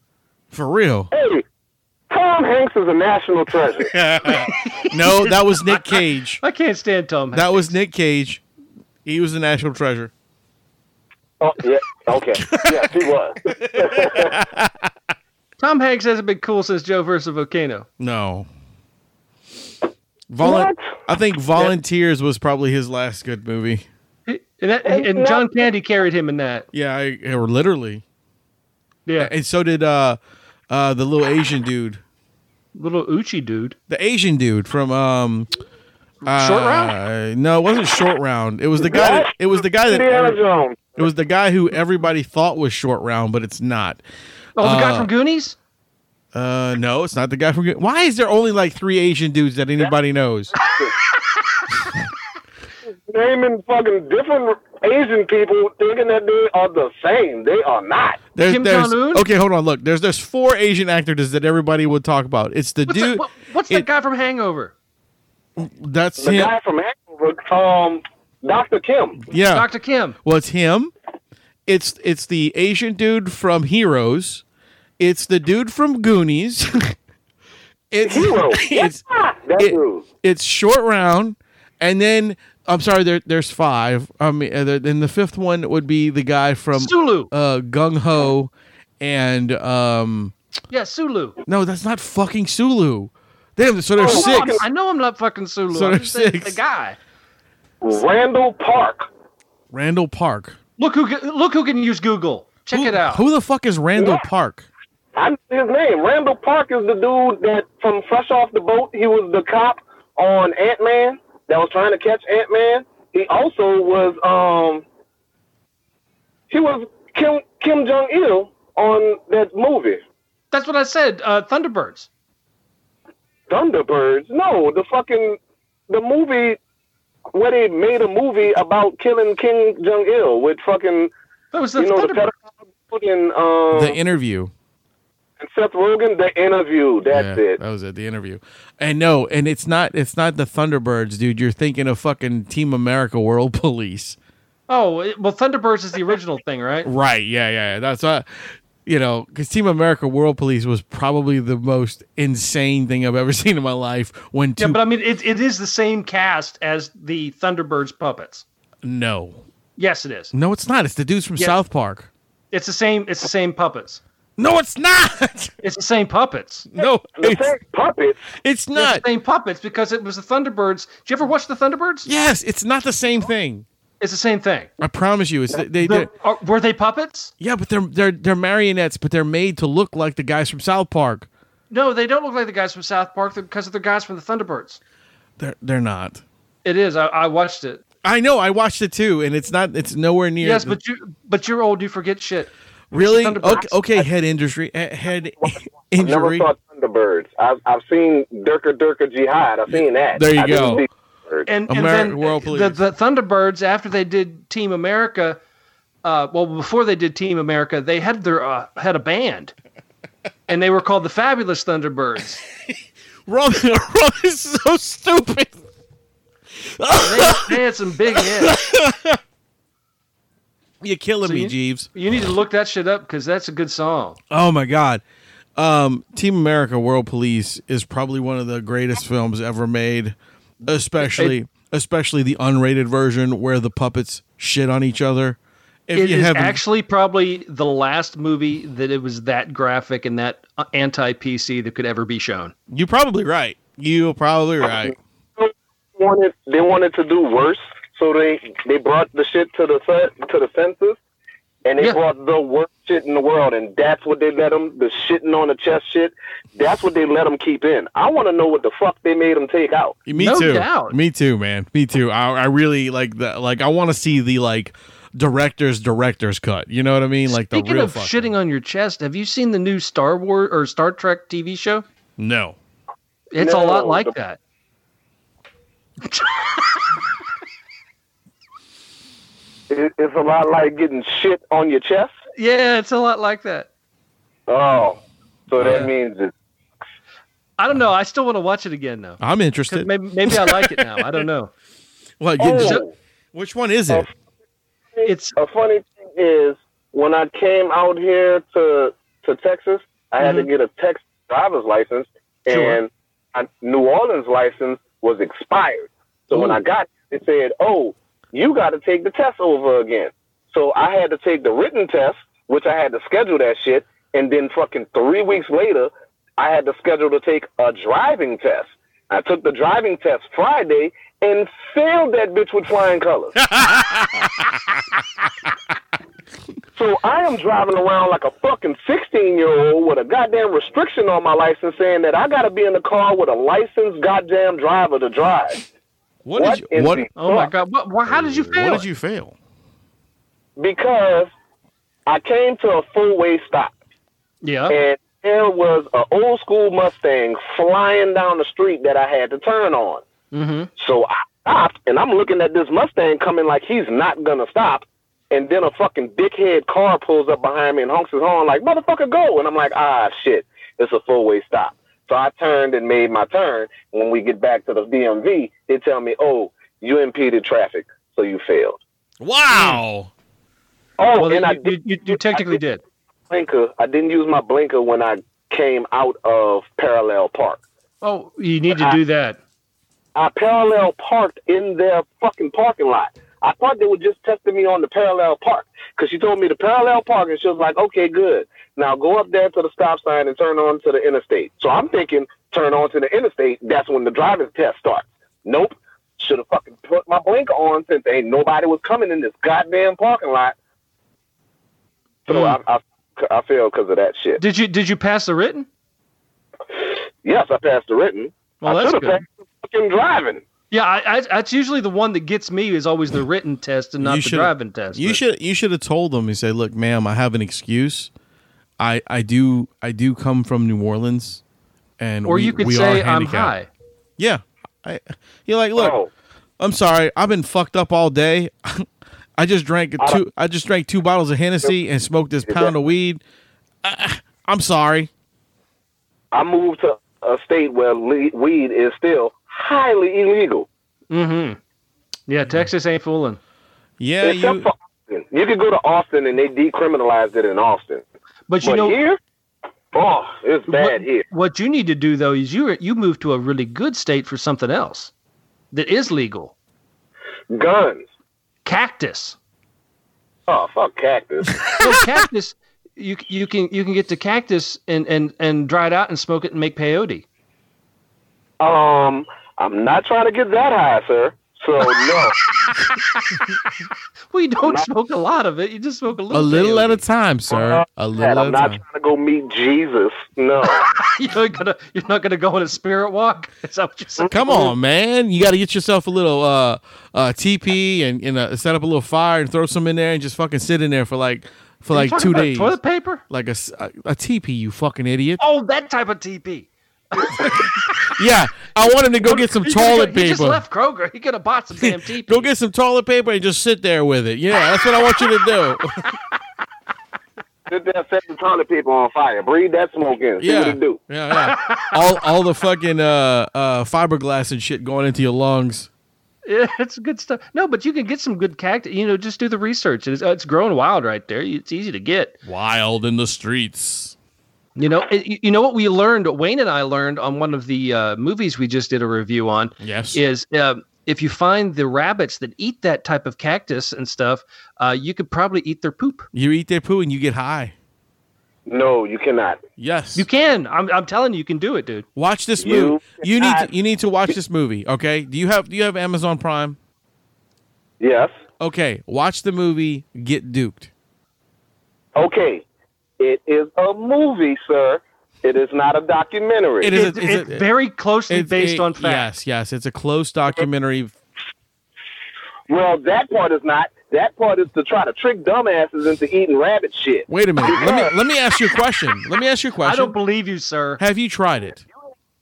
Speaker 5: for real.
Speaker 3: Hey, Tom Hanks is a national treasure.
Speaker 5: No, that was Nick Cage.
Speaker 4: I can't stand Tom. Hanks.
Speaker 5: That was Nick Cage. He was the national treasure.
Speaker 3: oh, yeah. Okay. Yes, he was.
Speaker 4: Tom Hanks hasn't been cool since Joe versus Volcano.
Speaker 5: No. Volun-
Speaker 3: What?
Speaker 5: I think Volunteers was probably his last good movie.
Speaker 4: He- And, that, and John Candy carried him in that.
Speaker 5: Yeah, I, or literally.
Speaker 4: Yeah,
Speaker 5: And so did uh, uh, the little Asian dude.
Speaker 4: little Uchi dude.
Speaker 5: the Asian dude from um uh,
Speaker 4: Round?
Speaker 5: No, it wasn't short round. It was the guy. That, it was the guy that.
Speaker 3: Indiana
Speaker 5: every-
Speaker 3: Jones.
Speaker 5: it was the guy who everybody thought was short round, but it's not.
Speaker 4: Oh, the guy
Speaker 5: Uh,
Speaker 4: from Goonies.
Speaker 5: Uh, no, it's not the guy from. Good- Why is there only like three Asian dudes that anybody knows?
Speaker 3: Naming fucking different Asian people thinking that they are the same. They are not.
Speaker 5: There's,
Speaker 4: Kim
Speaker 5: there's,
Speaker 4: Jong-un?
Speaker 5: okay, hold on. Look, there's there's four Asian actors that everybody would talk about. It's the
Speaker 4: What's,
Speaker 5: dude.
Speaker 4: that, what- what's that
Speaker 5: it-
Speaker 4: guy from Hangover?
Speaker 5: That's
Speaker 3: The
Speaker 5: him.
Speaker 3: guy from Hangover, um, Dr. Kim.
Speaker 5: yeah.
Speaker 4: Dr. Kim.
Speaker 5: Well, it's him. It's it's the Asian dude from Heroes. It's the dude from Goonies. it's
Speaker 3: Hero.
Speaker 5: it's
Speaker 3: That
Speaker 5: It-
Speaker 3: rude.
Speaker 5: it's short round, and then I'm sorry, there there's five. I mean, and then then the fifth one would be the guy from
Speaker 4: Sulu.
Speaker 5: uh, Gung Ho, and um,
Speaker 4: yeah, Sulu.
Speaker 5: no, that's not fucking Sulu. Damn, so there's
Speaker 3: Oh,
Speaker 5: six.
Speaker 4: I know I'm not fucking Sulu.
Speaker 5: So
Speaker 4: I'm
Speaker 5: there's
Speaker 4: just saying
Speaker 5: six.
Speaker 4: the guy.
Speaker 3: Randall Park.
Speaker 5: Randall Park.
Speaker 4: Look who ca- look who can use Google. Check
Speaker 5: who,
Speaker 4: it out.
Speaker 5: Who the fuck is Randall
Speaker 3: Yeah.
Speaker 5: Park?
Speaker 3: I know his name. Randall Park is the dude that from Fresh Off the Boat, he was the cop on Ant Man that was trying to catch Ant Man. He also was um he was Kim Kim Jong il on that movie.
Speaker 4: That's what I said. Uh, Thunderbirds.
Speaker 3: Thunderbirds. No, the fucking the movie where they made a movie about killing Kim Jong il with fucking
Speaker 4: That was the
Speaker 3: you know the
Speaker 4: Thunderbirds.
Speaker 3: pedophile and um
Speaker 5: The interview.
Speaker 3: Seth Rogen, the interview. That's
Speaker 5: Yeah,
Speaker 3: it.
Speaker 5: That was it. The interview. And no, and it's not. It's not the Thunderbirds, dude. You're thinking of fucking Team America World Police.
Speaker 4: Oh it- well, Thunderbirds is the original thing, right?
Speaker 5: Right. Yeah. Yeah. yeah. That's what, you know, because Team America World Police was probably the most insane thing I've ever seen in my life. When two,
Speaker 4: Yeah, but I mean, it, it is the same cast as the Thunderbirds puppets.
Speaker 5: no,
Speaker 4: Yes, it is.
Speaker 5: no, it's not. It's the dudes from
Speaker 4: Yeah.
Speaker 5: South Park.
Speaker 4: It's the same. It's the same puppets.
Speaker 5: No, it's not.
Speaker 4: It's the same puppets.
Speaker 5: no,
Speaker 3: The
Speaker 5: it's,
Speaker 3: same puppet.
Speaker 5: it's
Speaker 4: It's the
Speaker 5: not.
Speaker 4: same puppets because it was the Thunderbirds. Did you ever watch the Thunderbirds?
Speaker 5: Yes, it's not the same thing.
Speaker 4: It's the same thing.
Speaker 5: I promise you. It's they. they
Speaker 4: The-
Speaker 5: they're-
Speaker 4: are- were they puppets?
Speaker 5: yeah, but they're they're they're marionettes, but they're made to look like the guys from South Park.
Speaker 4: No, they don't look like the guys from South Park they're- because of the guys from the Thunderbirds.
Speaker 5: They're they're not.
Speaker 4: It is. I, I watched it.
Speaker 5: I know. I watched it too, and it's not. It's nowhere near.
Speaker 4: Yes,
Speaker 5: the-
Speaker 4: but you but you're old. You forget shit.
Speaker 5: really,
Speaker 4: Thunderbirds.
Speaker 5: okay, okay, head injury, eh, head
Speaker 3: I never
Speaker 5: injury.
Speaker 3: saw Thunderbirds. I've, I've seen Durka Durka Jihad. I've seen that.
Speaker 5: There you
Speaker 3: I didn't
Speaker 5: go.
Speaker 3: see Thunderbirds.
Speaker 4: And,
Speaker 5: Ameri-
Speaker 4: and then
Speaker 5: World
Speaker 4: the,
Speaker 5: Police.
Speaker 4: the Thunderbirds after they did Team America. Uh, well, before they did Team America, they had their uh, had a band, and they were called the Fabulous Thunderbirds.
Speaker 5: Robin, Robin's so stupid.
Speaker 4: They, they had some big hits.
Speaker 5: You're killing
Speaker 4: So
Speaker 5: me,
Speaker 4: you-
Speaker 5: Jeeves.
Speaker 4: You need to look that shit up because that's a good song.
Speaker 5: Oh my God. Um, Team America: World Police is probably one of the greatest films ever made, especially especially the unrated version where the puppets shit on each other. If
Speaker 4: It is
Speaker 5: haven't-
Speaker 4: actually probably the last movie that it was that graphic and that anti PC that could ever be shown.
Speaker 5: you're probably right. You're probably right.
Speaker 3: wanted they wanted to do worse, so they they brought the shit to the cen- to the census, and they
Speaker 4: Yeah.
Speaker 3: brought the worst shit in the world, and that's what they let them the shitting on the chest shit. That's what they let them keep in. I want to know what the fuck they made them take out.
Speaker 5: Me
Speaker 4: No
Speaker 5: too.
Speaker 4: doubt.
Speaker 5: Me too, man. Me too. I, I really like the like. I want to see the like director's director's cut. You know what I mean? Like the
Speaker 4: Speaking
Speaker 5: real
Speaker 4: of
Speaker 5: fuck-
Speaker 4: shitting on your chest, have you seen the new Star Wars or Star Trek TV show?
Speaker 5: No.
Speaker 4: It's a lot
Speaker 3: No,
Speaker 4: like
Speaker 3: the-
Speaker 4: that.
Speaker 3: It, it's a lot like getting shit on your chest.
Speaker 4: Yeah, it's a lot like that.
Speaker 3: Oh, so that
Speaker 4: Yeah.
Speaker 3: means it.
Speaker 4: I don't know. I still want to watch it again though.
Speaker 5: I'm
Speaker 4: 'Cause
Speaker 5: interested.
Speaker 4: Maybe, maybe I like it now. I don't know.
Speaker 5: Well, you-
Speaker 3: Oh,
Speaker 5: which one is it?
Speaker 4: It's
Speaker 3: a funny thing is when I came out here to to Texas, I had to get a Texas driver's license,
Speaker 4: Sure.
Speaker 3: and I, New Orleans license was expired. So when
Speaker 4: Ooh.
Speaker 3: I got, it, they said, "Oh, you got to take the test over again." So I had to take the written test, which I had to schedule that shit, and then fucking three weeks later, I had to schedule to take a driving test. I took the driving test Friday and failed that bitch with flying colors. So I am driving around like a fucking 16 year old with a goddamn restriction on my license saying that I gotta be in the car with a licensed goddamn driver to drive.
Speaker 5: What,
Speaker 3: What
Speaker 5: did you,
Speaker 3: is
Speaker 5: what,
Speaker 3: the
Speaker 4: oh my
Speaker 3: fuck?
Speaker 4: god. What, what, how did you
Speaker 5: what
Speaker 4: fail?
Speaker 5: did you fail?
Speaker 3: Because I came to a full way stop
Speaker 4: yeah.
Speaker 3: and there was an old school Mustang flying down the street that I had to turn on.
Speaker 4: hmm
Speaker 3: So I stopped and I'm looking at this Mustang coming like he's not gonna stop. And then a fucking dickhead car pulls up behind me and honks his horn like, motherfucker, go. And I'm like, ah, shit, it's a four way stop. So I turned and made my turn. When we get back to the DMV, they tell me, oh, you impeded traffic, so you failed.
Speaker 5: Wow.
Speaker 3: Oh,
Speaker 4: Well,
Speaker 3: and I
Speaker 4: you,
Speaker 3: did
Speaker 4: you, you, you technically did.
Speaker 3: blinker. I didn't use my blinker when I came out of Parallel Park.
Speaker 4: Oh, you need to do that.
Speaker 3: I parallel parked in their fucking parking lot. I thought they were just testing me on the parallel park because she told me the parallel park, and she was like, "Okay, good. Now go up there to the stop sign and turn on to the interstate." So I'm thinking, turn on to the interstate. That's when the driving test starts. Nope. Should have fucking put my blinker on since ain't nobody was coming in this goddamn parking lot. So
Speaker 4: Mm.
Speaker 3: I, I, I failed because of that shit.
Speaker 4: Did you did you pass the written?
Speaker 3: Yes, I passed the written.
Speaker 4: Well,
Speaker 3: I
Speaker 4: that's
Speaker 3: should
Speaker 4: good.
Speaker 3: have passed the fucking driving.
Speaker 4: Yeah, I, I, that's usually the one that gets me is always the written test and not
Speaker 5: You
Speaker 4: the
Speaker 5: should've-
Speaker 4: driving
Speaker 3: Mm.
Speaker 4: test.
Speaker 5: You
Speaker 4: but-
Speaker 5: should you should have told them and say, "Look, ma'am, I have an excuse. I I do I do come from New Orleans, and
Speaker 4: or
Speaker 5: we,
Speaker 4: you could
Speaker 5: we
Speaker 4: say
Speaker 5: are
Speaker 4: I'm
Speaker 5: handicapped."
Speaker 4: high.
Speaker 5: Yeah, I, you're like, look,
Speaker 3: Oh.
Speaker 5: I'm sorry, I've been fucked up all day. I just drank two. I just drank two bottles of Hennessy and smoked this pound of weed. I, I'm sorry.
Speaker 3: I moved to a state where le- weed is still highly illegal.
Speaker 4: Mm-hmm. Yeah, Texas ain't fooling.
Speaker 5: Yeah,
Speaker 3: Except
Speaker 5: you.
Speaker 3: for Austin. You could go to Austin and they decriminalized it in Austin.
Speaker 4: But you
Speaker 3: but
Speaker 4: know
Speaker 3: here, oh, it's bad here.
Speaker 4: what you need to do though is you you move to a really good state for something else that is legal.
Speaker 3: Guns.
Speaker 4: Cactus.
Speaker 3: Oh, fuck cactus.
Speaker 4: Well, cactus you you can you can get the cactus and and and dry it out and smoke it and make peyote.
Speaker 3: um, I'm not trying to get that high, sir. So no.
Speaker 4: Well, you don't
Speaker 3: Not-
Speaker 4: smoke a lot of it. You just smoke a little.
Speaker 5: A little at a
Speaker 4: peyote.
Speaker 5: time, sir. A
Speaker 3: Dad,
Speaker 5: little
Speaker 3: Uh-huh. I'm
Speaker 5: at a
Speaker 3: not
Speaker 5: time.
Speaker 3: trying to go meet Jesus. No.
Speaker 4: You're not gonna you're not gonna go on a spirit walk. Is that what you're saying?
Speaker 5: Come on, man. You got to get yourself a little uh, uh, teepee and, and uh, set up a little fire and throw some in there and just fucking sit in there for like for
Speaker 4: You're
Speaker 5: like
Speaker 4: talking
Speaker 5: two
Speaker 4: about
Speaker 5: days.
Speaker 4: Toilet paper.
Speaker 5: Like a, s- a, a teepee, you fucking idiot.
Speaker 4: Oh, that type of TP.
Speaker 5: Yeah, I want him to go get some
Speaker 4: He could've-
Speaker 5: toilet
Speaker 4: He just
Speaker 5: paper.
Speaker 4: left Kroger. He could have bought some damn TP.
Speaker 5: Go get some toilet paper and just sit there with it. Yeah, that's what I want you to do.
Speaker 3: Sit there, set the toilet paper on fire. Breathe that smoke in. See what
Speaker 5: Yeah,
Speaker 3: it do.
Speaker 5: yeah, yeah. All all the fucking uh, uh, fiberglass and shit going into your lungs.
Speaker 4: Yeah, it's good stuff. No, but you can get some good cactus. You know, just do the research. It's, uh, it's growing wild right there. It's easy to get.
Speaker 5: Wild in the streets.
Speaker 4: You know, it, you- you know what we learned. Wayne and I learned on one of the uh, movies we just did a review on
Speaker 5: Yes.
Speaker 4: is um, if you find the rabbits that eat that type of cactus and stuff, uh, you could probably eat their poop.
Speaker 5: You eat their poo and you get high.
Speaker 3: No, you cannot.
Speaker 5: Yes.
Speaker 4: You can. I'm, I'm telling you, you can do it, dude.
Speaker 5: Watch this
Speaker 3: You
Speaker 5: movie. You need to,
Speaker 3: cannot-
Speaker 5: you need to watch this movie. Okay. Do you have Do you have Amazon Prime?
Speaker 3: Yes.
Speaker 5: Okay. Watch the movie Get Duked.
Speaker 3: Okay. It is a movie, sir. It is not a documentary.
Speaker 5: It is-
Speaker 4: It's,
Speaker 5: is
Speaker 4: it's
Speaker 5: it-
Speaker 4: very closely
Speaker 5: It's
Speaker 4: based
Speaker 5: a-
Speaker 4: on fact.
Speaker 5: Yes. Yes. It's a close documentary.
Speaker 3: Well, that part is not. That part is to try to trick dumbasses into eating rabbit shit.
Speaker 5: Wait a minute. Let me let me ask you a question. Let me ask you a
Speaker 4: I don't
Speaker 5: question.
Speaker 4: believe you, sir.
Speaker 5: Have you tried it?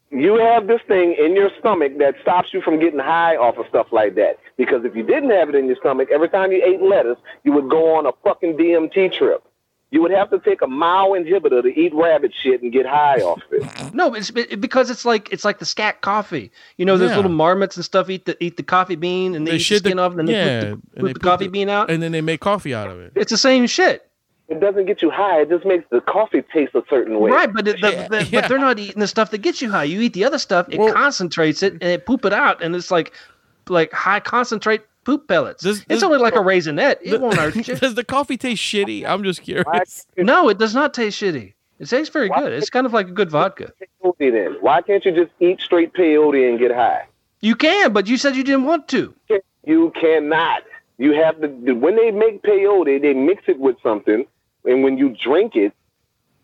Speaker 3: You have this thing in your stomach that stops you from getting high off of stuff like that. Because if you didn't have it in your stomach, every time you ate lettuce, you would go on a fucking DMT trip. You would have to take a mild inhibitor to eat rabbit shit and get high off it.
Speaker 4: No, it's it- because it's like it's like the scat coffee. You know, those
Speaker 5: Yeah.
Speaker 4: little marmots and stuff eat the eat the coffee bean and they, eat the
Speaker 5: shit the-
Speaker 4: skin off and then
Speaker 5: yeah,
Speaker 4: they
Speaker 5: and
Speaker 4: put the,
Speaker 5: they
Speaker 4: put the
Speaker 5: put
Speaker 4: coffee
Speaker 5: the-
Speaker 4: bean out.
Speaker 5: And then they make coffee out of it.
Speaker 4: it's the same shit,
Speaker 3: It doesn't get you high. It just makes the coffee taste a certain way.
Speaker 4: right? But it, the,
Speaker 5: Yeah,
Speaker 4: the-
Speaker 5: yeah.
Speaker 4: but they're not eating the stuff that gets you high. You eat the other stuff, it
Speaker 5: Well-
Speaker 4: concentrates it and it poop it out, and it's like like high concentrate poop pellets.
Speaker 5: Does- does-
Speaker 4: it's only like a raisinette. It won't hurt you.
Speaker 5: Does the coffee taste shitty? I'm just
Speaker 3: Why
Speaker 5: curious.
Speaker 4: No, it does not taste shitty. It tastes very good. It's kind of like a good vodka.
Speaker 3: peyote then? Why can't you just eat straight peyote and get high?
Speaker 4: You can, but you said you didn't want to.
Speaker 3: You cannot. You have to. When they make peyote, they mix it with something, and when you drink it,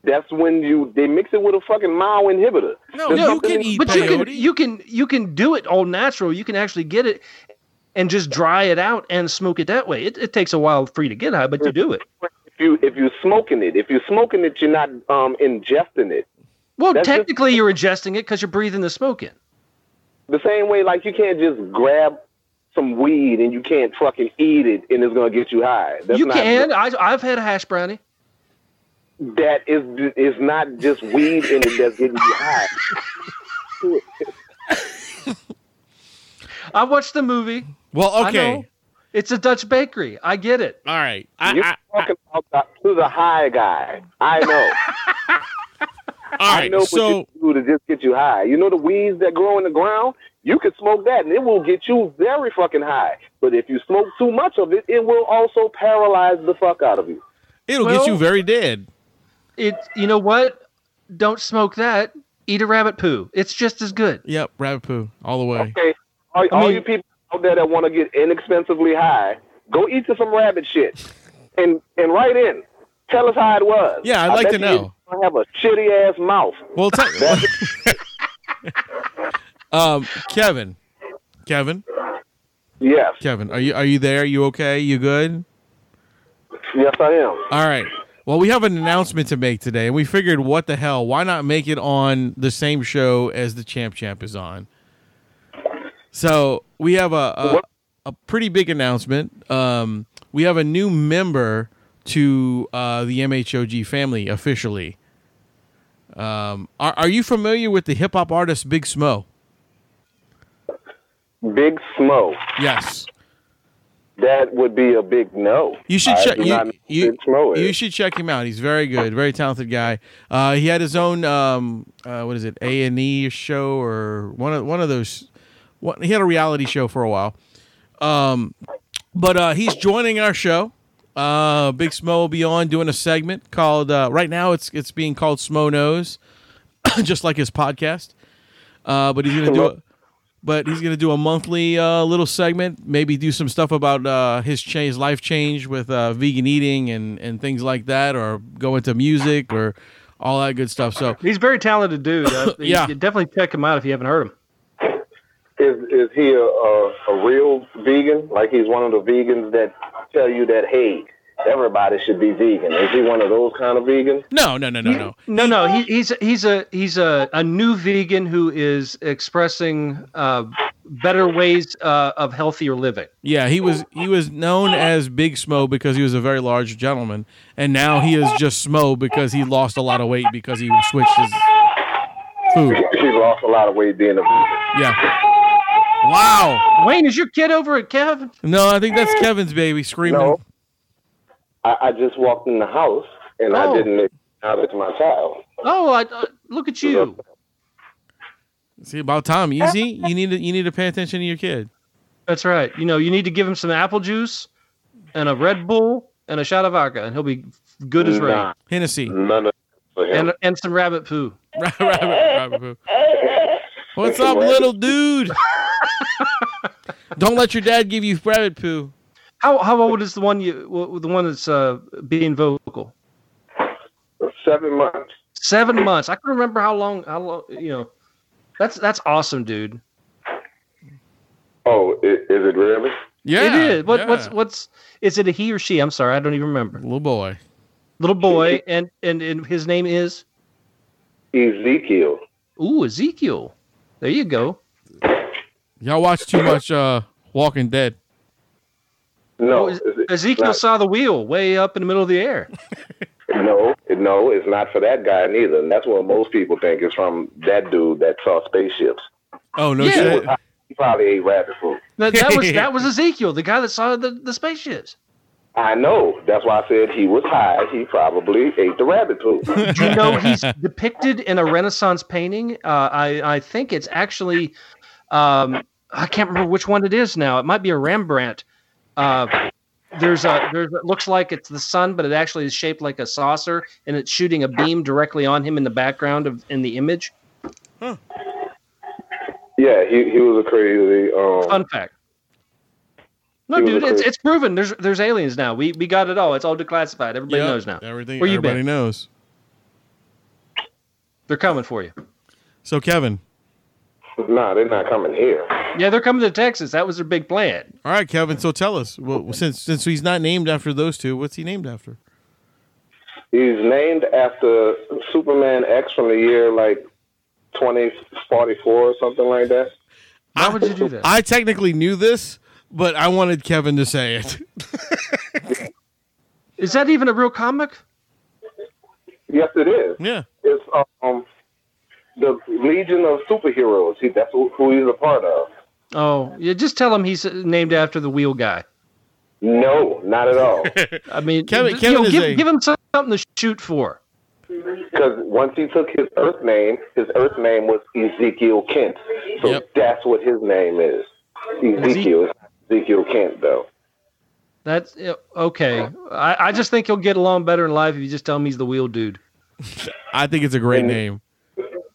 Speaker 3: that's when you they mix it with a fucking mild inhibitor.
Speaker 5: No,
Speaker 3: There's
Speaker 5: you
Speaker 3: something
Speaker 5: can
Speaker 3: in-
Speaker 5: eat
Speaker 4: but you
Speaker 5: peyote.
Speaker 4: can you can you can do it all natural you can actually get it and just dry it out and smoke it that way it, it takes a while for you to get high but you do it
Speaker 3: If you if you're smoking it, if you're smoking it, you're not um, ingesting it.
Speaker 4: well
Speaker 3: That's just-
Speaker 4: technically you're ingesting it because you're breathing the smoke in
Speaker 3: The same way, like you can't just grab some weed and you can't fucking eat it and it's gonna get you high. That's
Speaker 4: you
Speaker 3: not,
Speaker 4: can I, i've had a hash brownie
Speaker 3: That is is not just weed in it that's getting you high.
Speaker 4: i watched the movie
Speaker 5: well,
Speaker 4: I know.
Speaker 5: okay.
Speaker 4: it's a dutch bakery i get it
Speaker 5: All right. I,
Speaker 3: You're
Speaker 5: I,
Speaker 3: talking about the, to the high guy. I know.
Speaker 5: all
Speaker 3: I know
Speaker 5: right.
Speaker 3: what
Speaker 5: So
Speaker 3: you do to just get you high. You know the weeds that grow in the ground? You can smoke that and it will get you very fucking high. But if you smoke too much of it, it will also paralyze the fuck out of you.
Speaker 5: it'll get
Speaker 4: Well-
Speaker 5: you very dead.
Speaker 4: it you know what don't smoke that eat a rabbit poo it's just as good
Speaker 5: Yep. Rabbit poo all the way.
Speaker 3: Okay? All, all
Speaker 4: mean-
Speaker 3: you people out there that want to get inexpensively high, go eat to some rabbit shit and, and write in. Tell us how it was.
Speaker 5: Yeah, I'd
Speaker 3: I
Speaker 5: like
Speaker 3: bet
Speaker 5: to
Speaker 3: you
Speaker 5: know.
Speaker 3: don't have a shitty ass mouth.
Speaker 5: Well, te- um, Kevin, Kevin,
Speaker 3: Yes.
Speaker 5: Kevin, are you are you there? You okay? You good?
Speaker 3: Yes, I am.
Speaker 5: All right. Well, we have an announcement to make today, and we figured, what the hell? Why not make it on the same show as the Champ Champ is on? So we have a a, a pretty big announcement. Um, we have a new member to uh, the MHOG family officially. Um, are, are you familiar with the hip hop artist Big Smo?
Speaker 3: Big Smo.
Speaker 5: Yes.
Speaker 3: That would be a big no.
Speaker 5: You should
Speaker 3: I
Speaker 5: check.
Speaker 3: do
Speaker 5: You,
Speaker 3: not eh?
Speaker 5: you,
Speaker 3: know it.
Speaker 5: you should check him out. He's very good, very talented guy. Uh, he had his own um, uh, what is it, A and E show or one of one of those. One, he had a reality show for a while, um, but uh, he's joining our show. Uh, Big Smo will be on doing a segment called uh, right now. It's it's being called Smo Knows, just like his podcast. Uh, but he's gonna do it. But he's gonna do a monthly uh, little segment. Maybe do some stuff about uh, his cha- his life change with uh, vegan eating and and things like that, or go into music or all that good stuff. So
Speaker 4: He's a very talented dude. Uh, you-
Speaker 5: Yeah.
Speaker 4: you definitely check him out if you haven't heard him.
Speaker 3: Is is he a, a a real vegan? Like he's one of the vegans that tell you that hey, everybody should be vegan. Is he one of those kind of vegans?
Speaker 5: no, no, no, no, no.
Speaker 4: No, no, he, he's he's a he's a, a new vegan who is expressing uh, better ways uh, of healthier living.
Speaker 5: Yeah, he was he was known as Big Smo because he was a very large gentleman, and now he is just Smo because he lost a lot of weight because he switched his food.
Speaker 3: She's lost a lot of weight being a vegan.
Speaker 5: Yeah. Wow.
Speaker 4: Wayne, is your kid over at Kevin?
Speaker 5: No, I think that's Kevin's baby screaming.
Speaker 3: No, I, I just walked in the house and
Speaker 4: Oh.
Speaker 3: I didn't acknowledge my child.
Speaker 4: Oh, I, uh, look at you.
Speaker 5: See about time. You see, you need to you need to pay attention to your kid.
Speaker 4: That's right. You know, you need to give him some apple juice and a Red Bull and a shot of vodka, and he'll be good as rain.
Speaker 3: Nah,
Speaker 5: Hennessy.
Speaker 3: none of that for
Speaker 5: uh,
Speaker 3: him.
Speaker 4: And and some rabbit poo.
Speaker 5: Rabbit- rabbit poo. What's up,
Speaker 3: Rabbit.
Speaker 5: little dude? Don't let your dad give you rabbit poo.
Speaker 4: How how old is the one you w- the one that's uh, being vocal?
Speaker 3: Seven months.
Speaker 4: Seven months. I can remember how long how long you know. That's that's awesome, dude.
Speaker 3: Oh, i- is it really?
Speaker 5: Yeah,
Speaker 4: it is. What,
Speaker 5: yeah.
Speaker 4: What's what's is it a he or she? I'm sorry, I don't even remember.
Speaker 5: little boy?
Speaker 4: Little boy, and and, and his name is
Speaker 3: Ezekiel.
Speaker 4: Ooh Ezekiel. There you go.
Speaker 5: Y'all watch too much uh Walking Dead.
Speaker 3: No,
Speaker 4: Oh,
Speaker 5: E-
Speaker 3: is
Speaker 4: Ez-
Speaker 3: it-
Speaker 4: Ezekiel
Speaker 3: not-
Speaker 4: saw the wheel way up in the middle of the air.
Speaker 3: No, no, it's not for that guy neither. And that's what most people think is from that dude that saw spaceships.
Speaker 5: Oh no
Speaker 4: Yeah.
Speaker 5: shit.
Speaker 3: He probably ate rabbit food.
Speaker 4: That, that was that was Ezekiel, the guy that saw the, the spaceships.
Speaker 3: I know. That's why I said he was high. He probably ate the rabbit food.
Speaker 4: Do you know he's depicted in a Renaissance painting? Uh, I I think it's actually um, I can't remember which one it is now. It might be a Rembrandt. Uh, there's a there's it looks like it's the sun, but it actually is shaped like a saucer, and it's shooting a beam directly on him in the background of in the image.
Speaker 3: yeah, he, he was a crazy. Um,
Speaker 4: Fun fact. No,
Speaker 3: You were
Speaker 4: dude, it's,
Speaker 3: crazy.
Speaker 4: it's proven. There's there's aliens now. We we got it all. It's all declassified. Everybody
Speaker 5: Yep,
Speaker 4: knows now.
Speaker 5: Everything
Speaker 4: Where you
Speaker 5: everybody
Speaker 4: been?
Speaker 5: knows.
Speaker 4: They're coming for you.
Speaker 5: So Kevin.
Speaker 3: nah, they're not coming here.
Speaker 4: Yeah, they're coming to Texas. That was their big plan.
Speaker 5: All right, Kevin. So tell us, well, since since he's not named after those two, what's he named after?
Speaker 3: He's named after Superman X from the year like 2044 or something like that.
Speaker 4: Why would you do that?
Speaker 5: I technically knew this, but I wanted Kevin to say it.
Speaker 4: Is that even a real comic?
Speaker 3: Yes, it is.
Speaker 5: yeah.
Speaker 3: It's um the Legion of Superheroes. He, that's who who he's a part of.
Speaker 4: Oh, yeah, just tell him he's named after the wheel guy.
Speaker 3: No, not at all.
Speaker 4: I mean,
Speaker 5: Kevin-
Speaker 4: you
Speaker 5: Kevin
Speaker 4: know,
Speaker 5: is
Speaker 4: give,
Speaker 5: a-
Speaker 4: give him some- something to shoot for.
Speaker 3: Because once he took his Earth name, his Earth name was Ezekiel Kent. So
Speaker 5: Yep.
Speaker 3: that's what his name is. Ezekiel. It's not Ezekiel Kent, though.
Speaker 4: That's yeah, okay. I, I just think he'll get along better in life if you just tell him he's the wheel dude.
Speaker 5: I think it's a great name.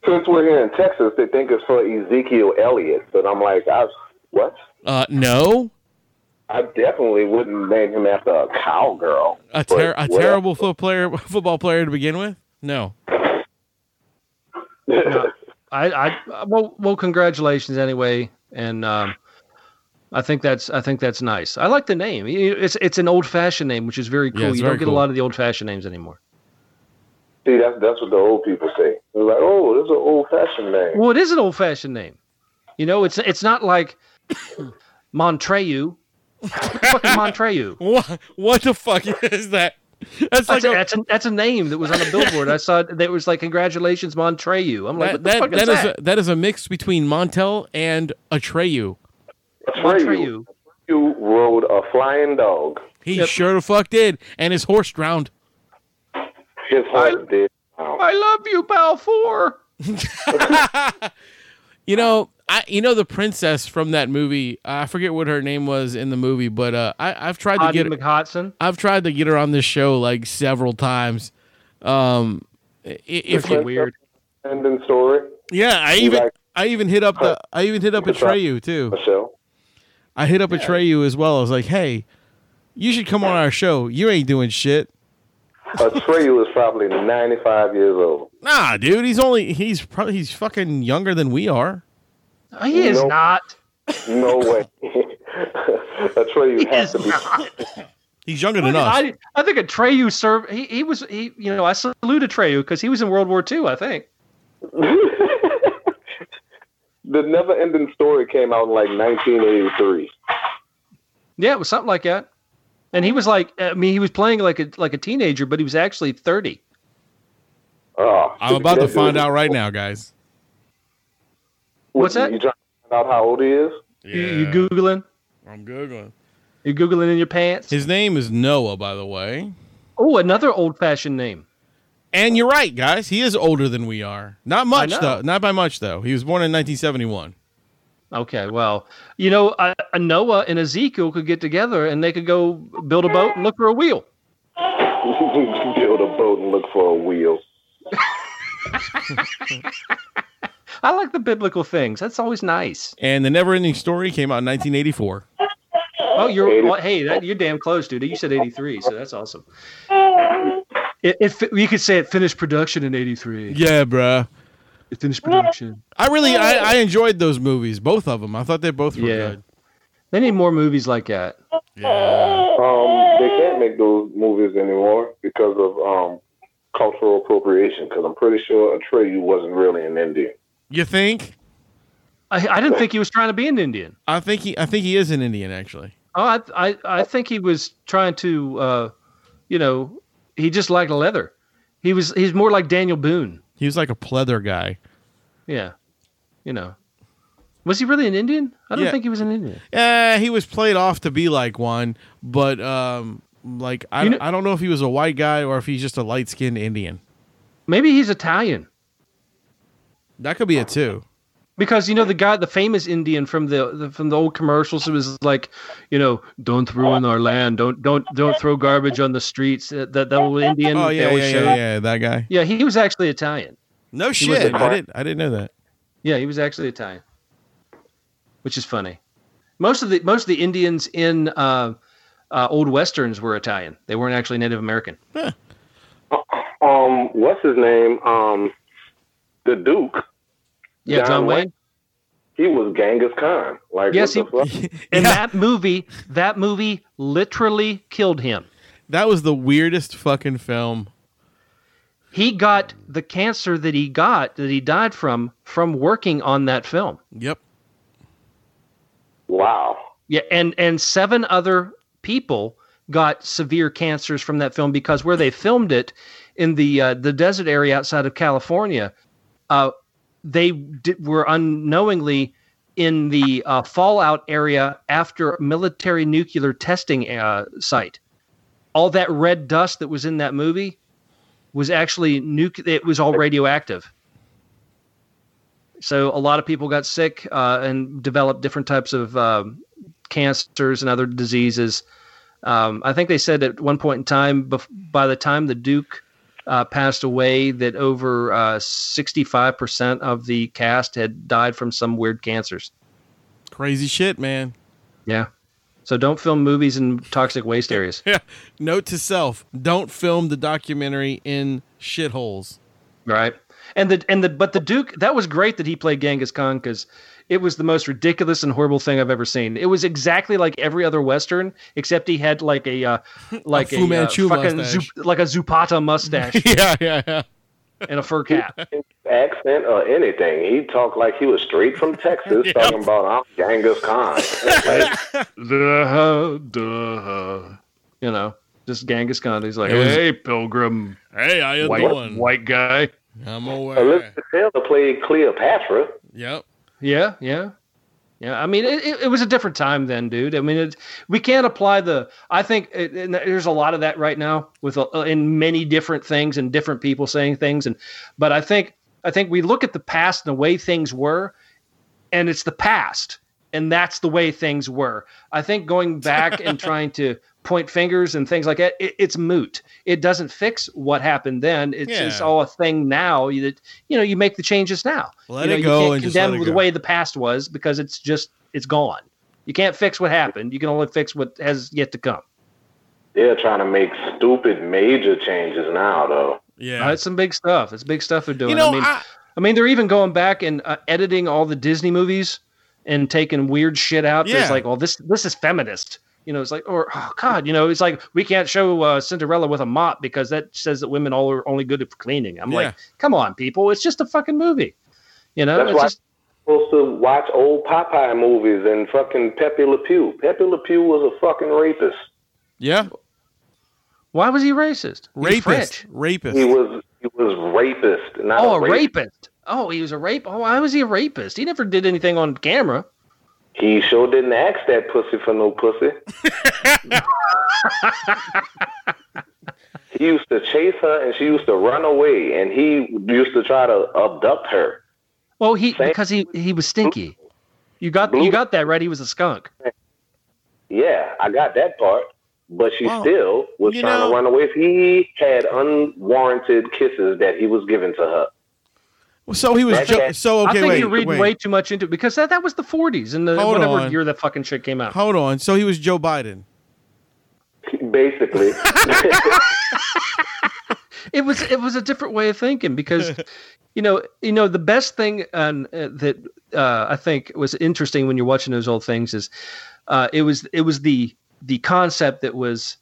Speaker 3: Since we're here in Texas, they think it's for Ezekiel Elliott. But I'm like, I what?
Speaker 5: Uh, no,
Speaker 3: I definitely wouldn't name him after a cowgirl.
Speaker 5: a, ter-
Speaker 3: But
Speaker 5: a
Speaker 3: whatever.
Speaker 5: terrible foot player, football player to begin with. No,
Speaker 4: I, I well, well, congratulations anyway, and um, I think that's I think that's nice. I like the name. You- It's it's an old fashioned name, which is very cool.
Speaker 5: it's
Speaker 4: you
Speaker 5: very
Speaker 4: don't get
Speaker 5: cool.
Speaker 4: a lot of the old fashioned names anymore.
Speaker 3: See, that's that's what the old people say. They're like, oh, this is an old fashioned name.
Speaker 4: Well, it is an old fashioned name. You know, it's it's not like Montreu. Fucking Montreu.
Speaker 5: what what the fuck is that? That's like
Speaker 4: That's,
Speaker 5: a,
Speaker 4: a, that's, a, that's a name that was on a billboard. I saw it, that was like, congratulations, Montreu. I'm like,
Speaker 5: that,
Speaker 4: what the
Speaker 5: that,
Speaker 4: fuck is
Speaker 5: that is
Speaker 4: that?
Speaker 5: a, that is a mix between Montel and Atreyu.
Speaker 3: Atreyu.
Speaker 4: Montreu.
Speaker 3: You rode a flying dog.
Speaker 5: He sure the fuck did, and his horse drowned.
Speaker 3: His heart did. Wow.
Speaker 4: I love you, Balfour.
Speaker 5: You know, I you know the princess from that movie. uh, I forget what her name was in the movie, but uh, I I've tried to
Speaker 4: Audie
Speaker 5: get
Speaker 4: McHudson.
Speaker 5: I've tried to get her on this show like several times. Um, i- i- if you,
Speaker 4: Freaking weird.
Speaker 3: Ending story,
Speaker 5: yeah, I even I even hit up the I even hit up Atreyu too.
Speaker 3: Michelle.
Speaker 5: I hit up Atreyu as well. I was like, hey, you should come on our show. You ain't doing shit.
Speaker 3: Atreyu is probably 95 years old.
Speaker 5: Nah, dude, he's only he's probably he's fucking younger than we are.
Speaker 4: Oh, He is
Speaker 3: Nope.
Speaker 4: not.
Speaker 3: No way. Atreyu has to be.
Speaker 5: He's younger than us.
Speaker 4: I, I think Atreyu served. He, he was he. You know, I salute Atreyu because he was in World War II. I think.
Speaker 3: the never ending story came out in like 1983.
Speaker 4: Yeah, it was something like that. And he was like, I mean, he was playing like a like a teenager, but he was actually thirty.
Speaker 3: Oh,
Speaker 5: I'm about to find out right now, guys.
Speaker 4: What's that?
Speaker 3: You trying to find out how old he is?
Speaker 4: You, you googling?
Speaker 5: I'm googling.
Speaker 4: You googling in your pants?
Speaker 5: His name is Noah, by the way.
Speaker 4: oh, another old fashioned name.
Speaker 5: And you're right, guys. He is older than we are. Not much
Speaker 4: know.
Speaker 5: though. Not by much though. He was born in 1971.
Speaker 4: Okay, well, you know, a, a Noah and Ezekiel could get together and they could go build a boat and look for a wheel.
Speaker 3: Build a boat and look for a wheel.
Speaker 4: I like the biblical things. That's always nice.
Speaker 5: And the Neverending Story came out in 1984.
Speaker 4: Oh, you're
Speaker 3: Eighty-
Speaker 4: well, hey, that, you're damn close, dude. You said '83, so that's awesome. It, it, fi- you could say it finished production in '83.
Speaker 5: Yeah, bruh.
Speaker 4: It finished production.
Speaker 5: I really I, I enjoyed those movies, both of them. I thought they both were
Speaker 4: Yeah.
Speaker 5: good.
Speaker 4: They need more movies like that.
Speaker 5: Yeah.
Speaker 3: Um, they can't make those movies anymore because of um, cultural appropriation. Because I'm pretty sure Atreyu wasn't really an Indian.
Speaker 5: You think?
Speaker 4: I, I didn't think he was trying to be an Indian.
Speaker 5: I think he I think he is an Indian actually.
Speaker 4: Oh, I, I, I think he was trying to, uh, you know, he just liked leather. He was he's more like Daniel Boone.
Speaker 5: He was like a pleather guy.
Speaker 4: Yeah, you know, was he really an Indian? I don't
Speaker 5: Yeah.
Speaker 4: think he was an Indian.
Speaker 5: Yeah, Eh, he was played off to be like one, but um like I,
Speaker 4: You know-
Speaker 5: I don't know if he was a white guy or if he's just a light skinned Indian.
Speaker 4: Maybe he's Italian
Speaker 5: That could be it too.
Speaker 4: because you know the guy, the famous Indian from the, the from the old commercials it was like, you know, don't ruin our land, don't don't don't throw garbage on the streets. That that old Indian.
Speaker 5: Oh
Speaker 4: they
Speaker 5: yeah,
Speaker 4: always
Speaker 5: yeah,
Speaker 4: showed.
Speaker 5: yeah, yeah, that guy.
Speaker 4: Yeah, he was actually Italian.
Speaker 5: No
Speaker 4: was
Speaker 5: shit.
Speaker 4: a
Speaker 5: I
Speaker 3: car-
Speaker 5: didn't I didn't know that.
Speaker 4: Yeah, he was actually Italian, which is funny. Most of the most of the Indians in uh, uh, old westerns were Italian. They weren't actually Native American.
Speaker 3: Um, what's his name? Um, the Duke.
Speaker 4: Yeah, John
Speaker 3: John Wayne.
Speaker 4: Wayne.
Speaker 3: He was Genghis Khan. Like,
Speaker 4: Yes,
Speaker 3: what the fuck?
Speaker 4: And
Speaker 5: Yeah.
Speaker 4: that movie, that movie literally killed him.
Speaker 5: That was the weirdest fucking film.
Speaker 4: He got the cancer that he got that he died from from working on that film.
Speaker 5: Yep.
Speaker 3: wow.
Speaker 4: Yeah, and and seven other people got severe cancers from that film because where they filmed it in the uh, the desert area outside of California, uh, they did, were unknowingly in the uh, fallout area after a military nuclear testing uh, site. All that red dust that was in that movie was actually nuke. It was all radioactive. So a lot of people got sick uh, and developed different types of um, cancers and other diseases. Um, I think they said at one point in time, bef- by the time the Duke uh, passed away, that over uh, 65% of the cast had died from some weird cancers.
Speaker 5: Crazy shit, man.
Speaker 4: Yeah. So don't film movies in toxic waste areas.
Speaker 5: Yeah. Note to self: Don't film the documentary in shitholes.
Speaker 4: Right. And the and the but the Duke that was great that he played Genghis Khan because it was the most ridiculous and horrible thing I've ever seen. It was exactly like every other western except he had like a uh, like a,
Speaker 5: Fu
Speaker 4: uh,
Speaker 5: Manchu
Speaker 4: fucking
Speaker 5: mustache.
Speaker 4: Zu- like a Zupata mustache
Speaker 5: yeah, yeah, yeah.
Speaker 4: and a fur cap.
Speaker 3: Accent or anything. He talked like he was straight from Texas, talking about I'm Genghis Khan. Like,
Speaker 4: Duh, duh. You know, just Genghis Khan. He's like,
Speaker 5: It was-
Speaker 4: hey, pilgrim,
Speaker 5: Hey, I am the
Speaker 4: white
Speaker 5: one.
Speaker 4: white guy.
Speaker 5: I'm aware.
Speaker 3: Elizabeth Taylor played Cleopatra.
Speaker 5: Yep.
Speaker 4: Yeah, yeah. Yeah, I mean, it, it, it was a different time then, dude. I mean, it, we can't apply the. I think it, and there's a lot of that right now with uh, in many different things and different people saying things, and but I think I think we look at the past and the way things were, and it's the past, and that's the way things were. I think going back and trying to point fingers and things like that, it, it's moot. It doesn't fix what happened then. It's just
Speaker 5: Yeah.
Speaker 4: all a thing now that you know you make the changes now
Speaker 5: Let
Speaker 4: you know,
Speaker 5: it go
Speaker 4: You can't
Speaker 5: and just
Speaker 4: condemn
Speaker 5: let it
Speaker 4: the
Speaker 5: go.
Speaker 4: way the past was because it's just it's gone. You can't fix what happened. You can only fix what has yet to come.
Speaker 3: They're trying to make stupid major changes now, though.
Speaker 5: Yeah.
Speaker 4: That's it's some big stuff. It's big stuff they're doing.
Speaker 5: you know,
Speaker 4: I mean,
Speaker 5: I-
Speaker 4: I mean, they're even going back and uh, editing all the Disney movies and taking weird shit out.
Speaker 5: Yeah.
Speaker 4: It's like, well, this this is feminist. You know, it's like, or oh god, you know, it's like we can't show uh, Cinderella with a mop because that says that women all are only good at cleaning. I'm
Speaker 5: Yeah.
Speaker 4: like, come on, people, it's just a fucking movie. You know,
Speaker 3: That's
Speaker 4: it's
Speaker 3: why-
Speaker 4: just
Speaker 3: Supposed to watch old Popeye movies and fucking Pepe Le Pew. Pepe Le Pew was a fucking rapist.
Speaker 5: yeah.
Speaker 4: why was he racist? He was
Speaker 5: Rapist.
Speaker 4: French.
Speaker 5: Rapist.
Speaker 3: He was he was rapist, not a
Speaker 4: Oh, a
Speaker 3: rapist.
Speaker 4: rapist. Oh, he was a rape. Oh, why was he a rapist? He never did anything on camera.
Speaker 3: He sure didn't ask that pussy for no pussy. he used to chase her and she used to run away and he used to try to abduct her.
Speaker 4: Well, he
Speaker 3: Same.
Speaker 4: because he he was stinky. You got
Speaker 3: Blue-
Speaker 4: you got that right. He was a skunk.
Speaker 3: Yeah, I got that part. But she
Speaker 5: Well,
Speaker 3: still was
Speaker 5: you
Speaker 3: trying
Speaker 5: know-
Speaker 3: to run away. He had unwarranted kisses that he was giving to her.
Speaker 5: So he was.
Speaker 3: That
Speaker 5: Jo-
Speaker 3: cat-
Speaker 5: so okay.
Speaker 4: I think
Speaker 5: wait,
Speaker 4: you're reading
Speaker 5: wait.
Speaker 4: way too much into it because that, that was the 40s and the
Speaker 5: Hold
Speaker 4: whatever
Speaker 5: on.
Speaker 4: year that fucking shit came out.
Speaker 5: Hold on. So he was Joe Biden.
Speaker 3: Basically.
Speaker 4: It was it was a different way of thinking because you know you know the best thing um, uh, that uh, I think was interesting when you're watching those old things is uh, it was it was the the concept that was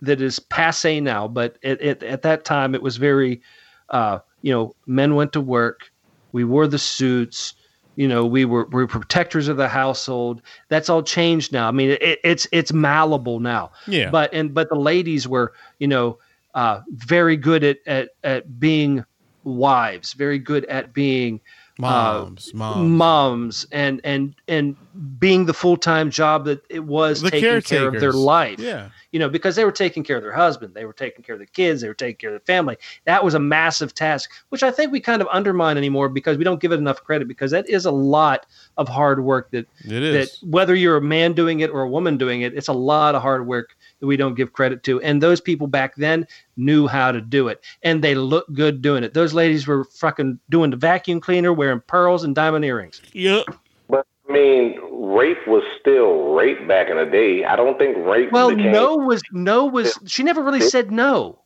Speaker 4: that is passe now, but it, it, at that time it was very uh, you know men went to work, we wore the suits. You know, we were we were protectors of the household. That's all changed now. I mean, it, it's it's malleable now
Speaker 5: Yeah.
Speaker 4: but and but the ladies were you know uh, very good at, at at being wives very good at being
Speaker 5: moms. moms.
Speaker 4: moms and and and being the full-time job that it was
Speaker 5: The
Speaker 4: taking care of their
Speaker 5: caretakers.
Speaker 4: life
Speaker 5: Yeah.
Speaker 4: you know because they were taking care of their husband they were taking care of the kids they were taking care of the family that was a massive task which i think we kind of undermine anymore because we don't give it enough credit because that is a lot of hard work that
Speaker 5: It
Speaker 4: that
Speaker 5: is.
Speaker 4: whether you're a man doing it or a woman doing it, it's a lot of hard work that we don't give credit to. And those people back then knew how to do it, and they looked good doing it. Those ladies were fucking doing the vacuum cleaner, wearing pearls and diamond earrings.
Speaker 5: Yep.
Speaker 3: But I mean, rape was still rape back in the day. I don't think rape.
Speaker 4: Well,
Speaker 3: became,
Speaker 4: no was no was she never really said no.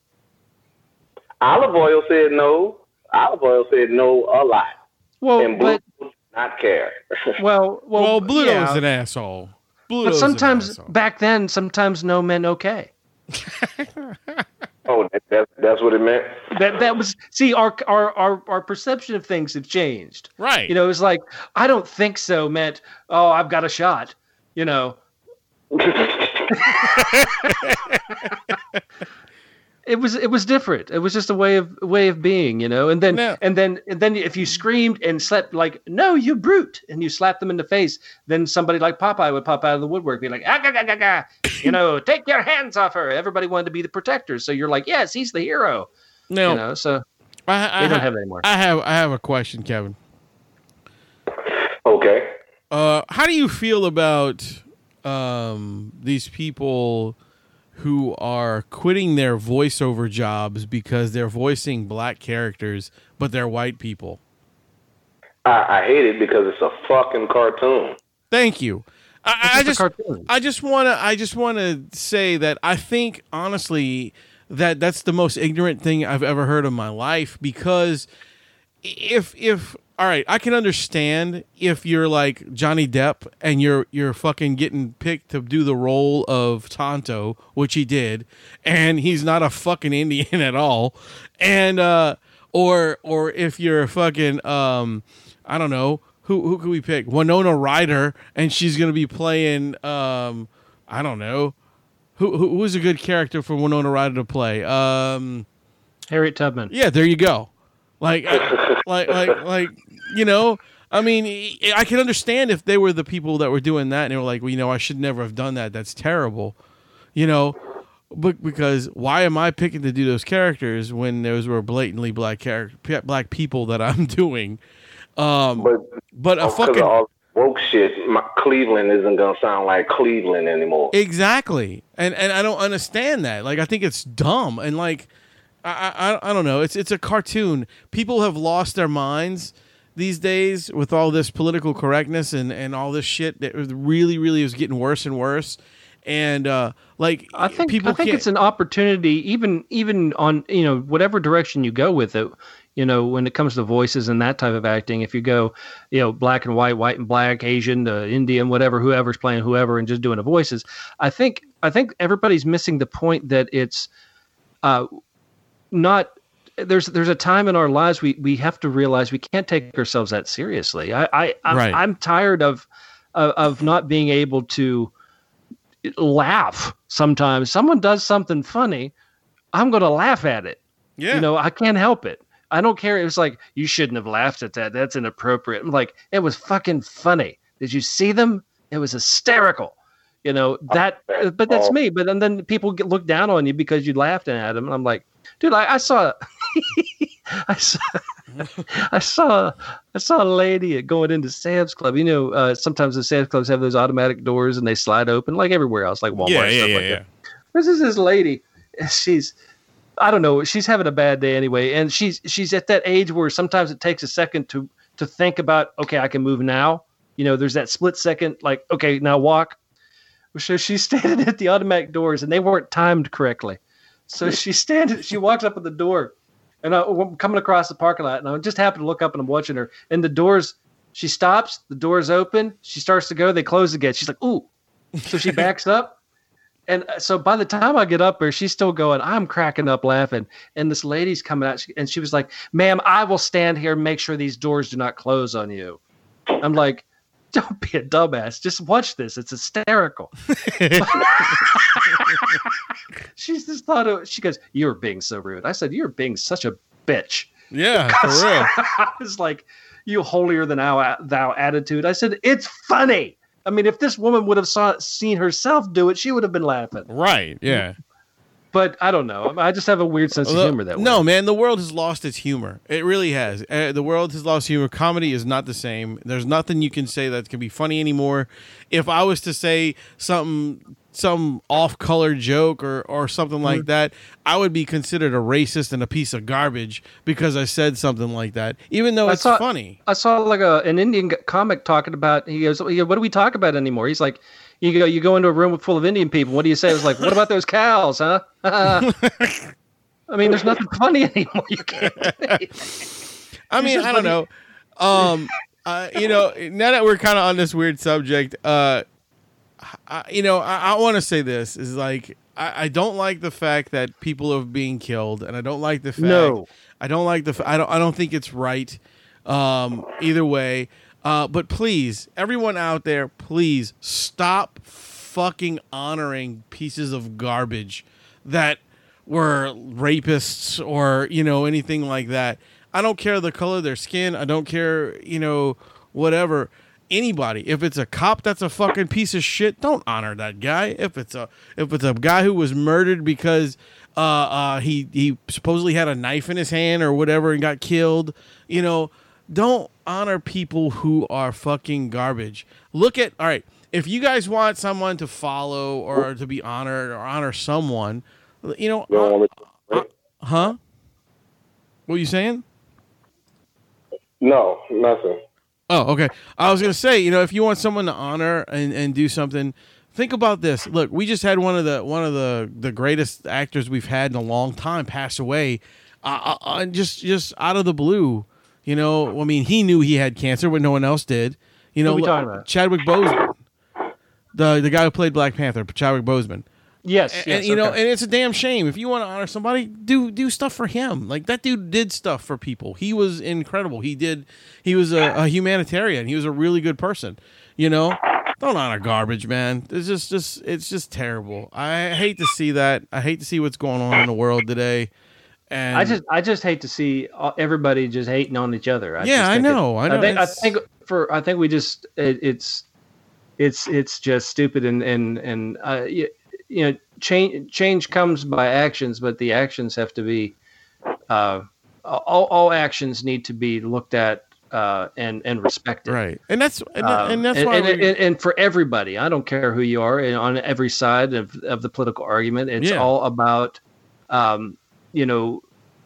Speaker 3: Olive oil said no. Olive oil said no a lot,
Speaker 4: Well,
Speaker 3: and blue
Speaker 4: but
Speaker 3: did not care.
Speaker 4: well, well,
Speaker 5: Well, Bluto's
Speaker 4: yeah.
Speaker 5: an asshole.
Speaker 4: But
Speaker 5: Bluto's an
Speaker 4: sometimes
Speaker 5: asshole.
Speaker 4: back then, sometimes no meant okay.
Speaker 3: oh, that, that, that's what it meant.
Speaker 4: That that was see our our our, our perception of things have changed.
Speaker 5: right.
Speaker 4: You know, it's like, I don't think so meant, oh, I've got a shot. You know, it was it was different. It was just a way of way of being, you know. And then
Speaker 5: No.
Speaker 4: and then and then if you screamed and slapped like, no, you brute, and you slapped them in the face, then somebody like Popeye would pop out of the woodwork, be like, ah, gah, gah, gah, gah. you know, take your hands off her. Everybody wanted to be the protector, so you're like, yes, he's the hero.
Speaker 5: now,
Speaker 4: You know, so
Speaker 5: I,
Speaker 4: they
Speaker 5: I,
Speaker 4: don't have that anymore.
Speaker 5: I have. I have a question, Kevin.
Speaker 3: Okay.
Speaker 5: Uh, how do you feel about um, these people who are quitting their voiceover jobs because they're voicing black characters, but they're white people?
Speaker 3: I, I hate it because it's a fucking cartoon.
Speaker 5: Thank you. I,
Speaker 4: It's
Speaker 5: I
Speaker 4: just a
Speaker 5: just,
Speaker 4: cartoon.
Speaker 5: I just want to, I just want to say that I think honestly that that's the most ignorant thing I've ever heard in my life because if if all right, I can understand if you're like Johnny Depp and you're you're fucking getting picked to do the role of Tonto, which he did, and he's not a fucking Indian at all, and uh, or or if you're a fucking um, I don't know who who could we pick Winona Ryder and she's gonna be playing um, I don't know who who who's a good character for Winona Ryder to play um.
Speaker 4: Harriet Tubman.
Speaker 5: Yeah, there you go. Like, I- like, like, like, you know, I mean, I- I can understand if they were the people that were doing that and they were like, well, you know, I should never have done that. That's terrible. You know, but because why am I picking to do those characters when those were blatantly black character black people that I'm doing?
Speaker 3: But
Speaker 5: But Um, a
Speaker 3: because
Speaker 5: fucking
Speaker 3: Oh, of all woke shit, my, Cleveland isn't gonna sound like Cleveland anymore.
Speaker 5: Exactly, and and I don't understand that. Like, I think it's dumb, and like, I I, I don't know. It's it's a cartoon. People have lost their minds these days with all this political correctness and and all this shit that was really really is getting worse and worse. And uh like,
Speaker 4: I think
Speaker 5: people
Speaker 4: I think
Speaker 5: can't,
Speaker 4: it's an opportunity, even even on you know whatever direction you go with it. You know, when it comes to voices and that type of acting, if you go, you know, black and white, white and black, Asian, uh, Indian, whatever, whoever's playing whoever, and just doing the voices, I think I think everybody's missing the point that it's uh, not. There's there's a time in our lives we we have to realize we can't take ourselves that seriously. I, I I'm,
Speaker 5: Right.
Speaker 4: I'm tired of, of of not being able to laugh sometimes. Someone does something funny, I'm going to laugh at it.
Speaker 5: yeah.
Speaker 4: You know, I can't help it. I don't care. It's like, you shouldn't have laughed at that. That's inappropriate. I'm like, it was fucking funny. Did you see them? It was hysterical. You know,
Speaker 5: Oh,
Speaker 4: that, uh, but that's me. But then, then people get, look down on you because you laughed at them. And I'm like, dude, I, I saw. I saw, I saw, I saw a lady going into Sam's Club. You know, uh, sometimes the Sam's Clubs have those automatic doors and they slide open, like everywhere else, like Walmart.
Speaker 5: yeah,
Speaker 4: and
Speaker 5: yeah,
Speaker 4: stuff
Speaker 5: yeah,
Speaker 4: like
Speaker 5: yeah.
Speaker 4: That. This is this lady. She's, I don't know. She's having a bad day anyway, and she's she's at that age where sometimes it takes a second to to think about. Okay, I can move now. You know, there's that split second, like okay, now walk. So she's standing at the automatic doors, and they weren't timed correctly. So she's standing. She walks up at the door, and I, I'm coming across the parking lot, and I just happen to look up, and I'm watching her, and the doors. She stops. The doors open. She starts to go. They close again. She's like, ooh. So she backs up. And uh, so by the time I get up there, she's still going. I'm cracking up laughing. And this lady's coming out, she- and she was like, "Ma'am, I will stand here and make sure these doors do not close on you." I'm like, "Don't be a dumbass. Just watch this. It's hysterical." she's just thought of. She goes, "You're being so rude." I said, "You're being such a bitch."
Speaker 5: Yeah, for real.
Speaker 4: I was like, "You holier than thou, thou attitude." I said, "It's funny." I mean, if this woman would have saw, seen herself do it, she would have been laughing
Speaker 5: Right. Yeah.
Speaker 4: but I don't know. I mean, I just have a weird sense
Speaker 5: Although-
Speaker 4: of humor that way.
Speaker 5: No, man, the world has lost its humor. It really has. Uh, the world has lost humor. Comedy is not the same. There's nothing you can say that can be funny anymore. If I was to say something, some off-color joke or or something
Speaker 4: Mm-hmm.
Speaker 5: like that, I would be considered a racist and a piece of garbage because I said something like that, even though
Speaker 4: I
Speaker 5: it's
Speaker 4: saw-
Speaker 5: funny.
Speaker 4: I saw like a an Indian g- comic talking about. He goes, "Yeah, "What do we talk about anymore?" He's like, "You go, you go into a room full of Indian people. What do you say?" I was like, "What about those cows, huh?" I mean, there's nothing funny anymore. You can't.
Speaker 5: I mean,
Speaker 4: just
Speaker 5: I don't know. Um, uh, you know, now that we're kind of on this weird subject, uh, I, you know, I, I want to say this is like I, I don't like the fact that people are being killed, and I don't like the fact
Speaker 4: No.
Speaker 5: I don't like the fa- I don't I don't think it's right. Um, either way, uh, but please, everyone out there, please stop fucking honoring pieces of garbage that were rapists or you know anything like that. I don't care the color of their skin. I don't care you know whatever anybody. If it's a cop that's a fucking piece of shit, don't honor that guy. If it's a if it's a guy who was murdered because uh, uh, he he supposedly had a knife in his hand or whatever and got killed, you know, don't honor people who are fucking garbage. Look at all right. If you guys want someone to follow or to be honored or honor someone, you know,
Speaker 3: You don't want
Speaker 5: uh,
Speaker 3: me to-
Speaker 5: huh? What you saying?
Speaker 3: no, nothing.
Speaker 5: Oh, okay. I was gonna say, you know, if you want someone to honor and, and do something, think about this. Look, we just had one of the one of the the greatest actors we've had in a long time pass away, uh, uh, uh, just just out of the blue. You know, I mean, he knew he had cancer when no one else did. You know,
Speaker 4: we
Speaker 5: look,
Speaker 4: talking about?
Speaker 5: Chadwick Boseman, the the guy who played Black Panther, Chadwick Boseman
Speaker 4: Yes, yes,
Speaker 5: and you know,
Speaker 4: okay.
Speaker 5: and it's a damn shame. If you want to honor somebody, do do stuff for him. Like that dude did stuff for people. He was incredible. He did. He was a, a humanitarian. He was a really good person. You know, don't honor garbage, man. It's just just it's just terrible. I hate to see that. I hate to see what's going on in the world today. And
Speaker 4: I just I just hate to see all- everybody just hating on each other. I
Speaker 5: yeah,
Speaker 4: just
Speaker 5: I
Speaker 4: think it-
Speaker 5: know, I know.
Speaker 4: think, I
Speaker 5: it's-
Speaker 4: think for I think we just it, it's it's it's just stupid and and and uh, you, you know change change comes by actions, but the actions have to be uh, all all actions need to be looked at uh, and and respected.
Speaker 5: right, and that's and,
Speaker 4: Um,
Speaker 5: and that's why
Speaker 4: and,
Speaker 5: we-
Speaker 4: and- and for everybody, I don't care who you are and on every side of, of the political argument. It's
Speaker 5: Yeah.
Speaker 4: all about, um, you know,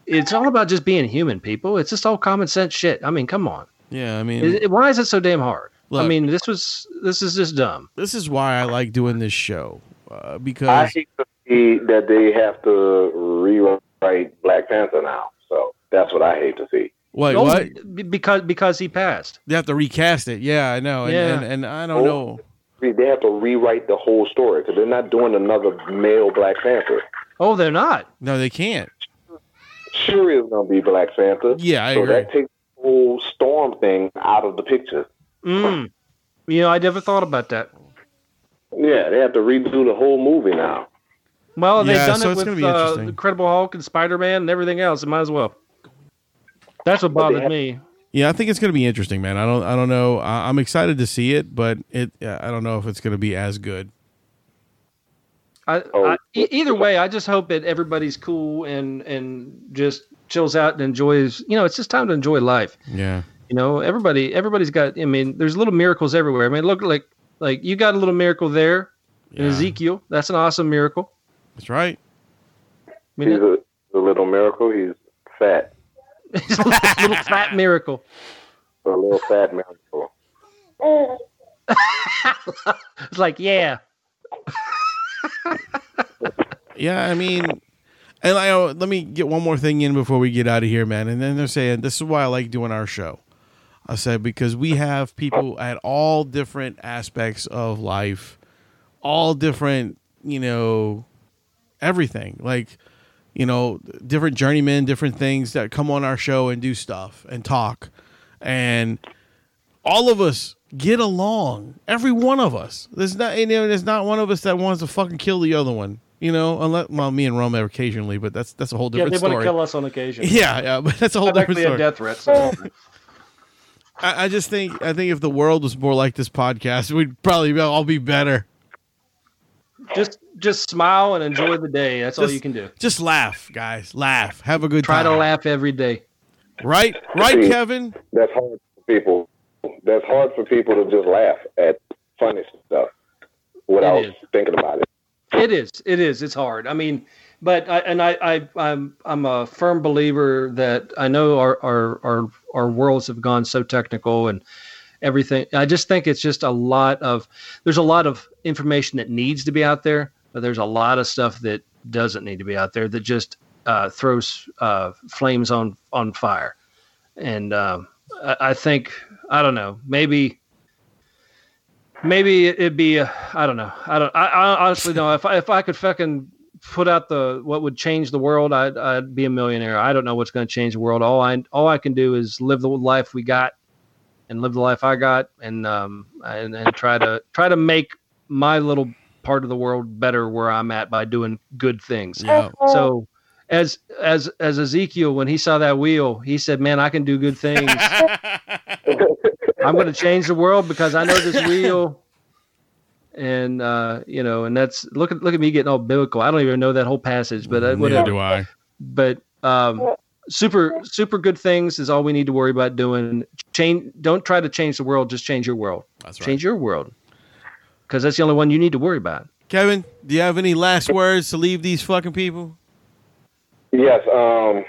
Speaker 4: it's all about just being human, people. It's just all common sense shit. I mean, come on.
Speaker 5: yeah, I mean,
Speaker 4: Is- why is it so damn hard? I
Speaker 5: Look.
Speaker 4: mean, this was this is just dumb.
Speaker 5: this is why I like doing this show uh,
Speaker 3: I
Speaker 5: because
Speaker 3: hate to see that they have to rewrite Black Panther now. So that's what I hate to see.
Speaker 5: wait,
Speaker 4: Oh,
Speaker 5: what?
Speaker 4: be- Because because he passed.
Speaker 5: They have to recast it. Yeah, I know. And,
Speaker 4: Yeah.
Speaker 5: and, and I
Speaker 3: Oh.
Speaker 5: don't know.
Speaker 3: They have to rewrite the whole story because they're not doing another male Black Panther.
Speaker 4: Oh, they're not.
Speaker 5: No, they can't.
Speaker 3: Sure is going to be Black Panther.
Speaker 5: Yeah, I
Speaker 3: so
Speaker 5: agree.
Speaker 3: that takes the whole Storm thing out of the picture.
Speaker 4: Mm. You know, I never thought about that.
Speaker 3: Yeah, they have to redo the whole movie now.
Speaker 4: Well, they've
Speaker 5: Yeah,
Speaker 4: done
Speaker 5: so
Speaker 4: it
Speaker 5: it's gonna
Speaker 4: with
Speaker 5: be
Speaker 4: uh,
Speaker 5: interesting.
Speaker 4: Incredible Hulk and Spider Man and everything else. It might as well. That's what
Speaker 3: But they
Speaker 4: bothered
Speaker 3: have-
Speaker 4: me.
Speaker 5: Yeah, I think it's going to be interesting, man. I don't, I don't know. I, I'm excited to see it, but it, yeah, I don't know if it's going to be as good.
Speaker 4: I,
Speaker 3: Oh.
Speaker 4: I e either way, I just hope that everybody's cool and and just chills out and enjoys. You know, it's just time to enjoy life.
Speaker 5: Yeah,
Speaker 4: You know, everybody everybody's got. I mean, there's little miracles everywhere. I mean, look like like you got a little miracle there in
Speaker 5: Yeah.
Speaker 4: Ezekiel. That's an awesome miracle.
Speaker 5: that's right.
Speaker 4: I mean,
Speaker 3: He's a, a little miracle. He's fat.
Speaker 4: it's a little, little fat miracle.
Speaker 3: A little fat miracle.
Speaker 4: It's like yeah,
Speaker 5: Yeah, I mean, and I oh, let me get one more thing in before we get out of here, man. And then they're saying this is why I like doing our show. I said because we have people at all different aspects of life, all different, you know, everything. Like, you know, different journeymen, different things that come on our show and do stuff and talk. And all of us get along. Every one of us. There's not you know, there's not one of us that wants to fucking kill the other one. You know, unless well, me and Rome occasionally, but that's that's a whole different story.
Speaker 4: us on occasion.
Speaker 5: yeah, yeah, but that's a whole
Speaker 4: I've
Speaker 5: different
Speaker 4: actually
Speaker 5: story.
Speaker 4: had death threats. So.
Speaker 5: I, I just think I think if the world was more like this podcast, we'd probably be- all be better.
Speaker 4: just just smile and enjoy the day. That's all
Speaker 5: Just-
Speaker 4: you can do.
Speaker 5: Just laugh, guys. Laugh. Have a good
Speaker 4: Try
Speaker 5: time.
Speaker 4: to laugh every day.
Speaker 5: Right, right, Kevin.
Speaker 3: That's hard for people. That's hard for people to just laugh at funny stuff without
Speaker 4: It is.
Speaker 3: thinking about it.
Speaker 4: It is. It is. It's hard. I mean, but I, and I, I, I'm, I'm a firm believer that I know our, our, our, our worlds have gone so technical and everything. I just think it's just a lot of, there's a lot of information that needs to be out there, but there's a lot of stuff that doesn't need to be out there that just uh, throws uh, flames on, on fire. And um, I, I think, I don't know, maybe, maybe it'd be uh, I don't know. I don't. I, I honestly don't. know. If I if I could fucking put out the what would change the world, I'd I'd be a millionaire. I don't know what's going to change the world. All I all I can do is live the life we got, and live the life I got, and um and, and try to try to make my little part of the world better where I'm at by doing good things.
Speaker 5: Yeah,
Speaker 4: So as as as Ezekiel when he saw that wheel, he said, "Man, I can do good things. I'm going to change the world because I know this wheel." And uh, you know, and that's look at look at me getting all biblical. I don't even know that whole passage, but uh,
Speaker 5: neither
Speaker 4: whatever.
Speaker 5: do I.
Speaker 4: But um, super super good things is all we need to worry about doing. Change. Don't try to change the world. Just change your world.
Speaker 5: That's
Speaker 4: Change your world because that's the only one you need to worry about.
Speaker 5: Kevin, do you have any last words to leave these fucking people?
Speaker 3: Yes, um,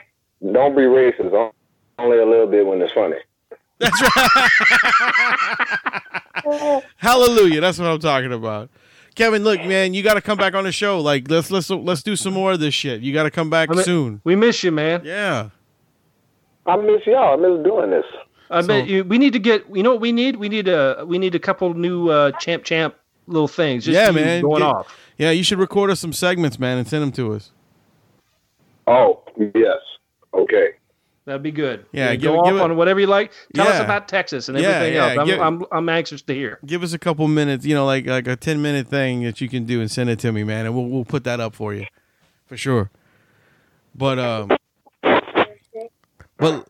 Speaker 3: don't be racist. on- Only a little bit when it's funny.
Speaker 5: Hallelujah. That's what I'm talking about. Kevin, look, man, you got to come back on the show. Like, let's let's let's do some more of this shit. You got to come back
Speaker 4: I mean-
Speaker 5: soon.
Speaker 4: We miss you, man.
Speaker 5: Yeah.
Speaker 3: I miss y'all. I miss doing this.
Speaker 4: I
Speaker 5: So-
Speaker 4: bet you. We need to get. You know what we need? We need a. We need a couple new uh, champ champ little things. Just
Speaker 5: Yeah,
Speaker 4: you
Speaker 5: man.
Speaker 4: Going
Speaker 5: Get-
Speaker 4: off.
Speaker 5: Yeah, you should record us some segments, man, and send them to us.
Speaker 3: Oh, yes. Okay.
Speaker 4: That'd be good.
Speaker 5: Yeah, give-
Speaker 4: go off
Speaker 5: give it-
Speaker 4: on whatever you like. Tell us
Speaker 5: Yeah.
Speaker 4: about Texas and
Speaker 5: Yeah,
Speaker 4: everything
Speaker 5: yeah,
Speaker 4: else. I'm,
Speaker 5: give-
Speaker 4: I'm, I'm anxious to hear.
Speaker 5: Give us a couple minutes, you know, like like a 10 minute thing that you can do and send it to me, man, and we'll we'll put that up for you. For sure. But um But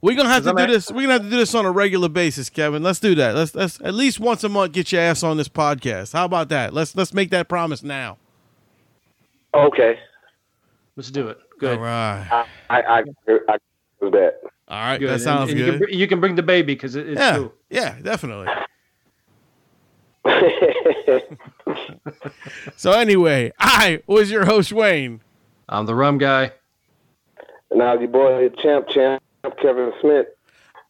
Speaker 5: we're gonna have to
Speaker 4: I'm
Speaker 5: do
Speaker 4: at-
Speaker 5: this. We're gonna have to do this on a regular basis, Kevin. Let's do that. Let's let's at least once a month get your ass on this podcast. How about that? Let's let's make that promise now.
Speaker 3: Okay.
Speaker 4: Let's do it. Good.
Speaker 5: All right.
Speaker 3: I I I, I do that.
Speaker 5: All right.
Speaker 4: Good.
Speaker 5: That
Speaker 4: And-
Speaker 5: sounds
Speaker 4: and You can,
Speaker 5: good.
Speaker 4: br- you can bring the baby because it, it's
Speaker 5: Yeah.
Speaker 4: cool.
Speaker 5: Yeah. Definitely. So anyway, I was your host Wayne.
Speaker 4: I'm the rum guy.
Speaker 3: now your boy champ champ Kevin Smith.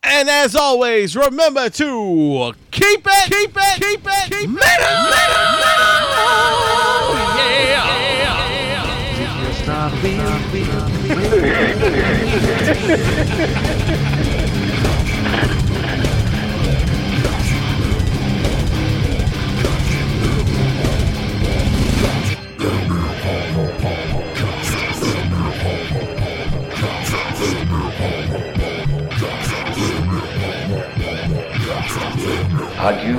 Speaker 5: And as always, remember to keep it, keep it, keep it, keep it,
Speaker 7: Adieu,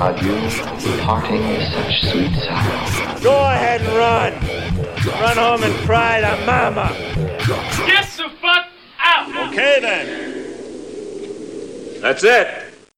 Speaker 7: adieu, parting is such sweet sorrow.
Speaker 8: Go ahead and run. Run home and cry to mama. Get the fuck out. Okay then. That's it.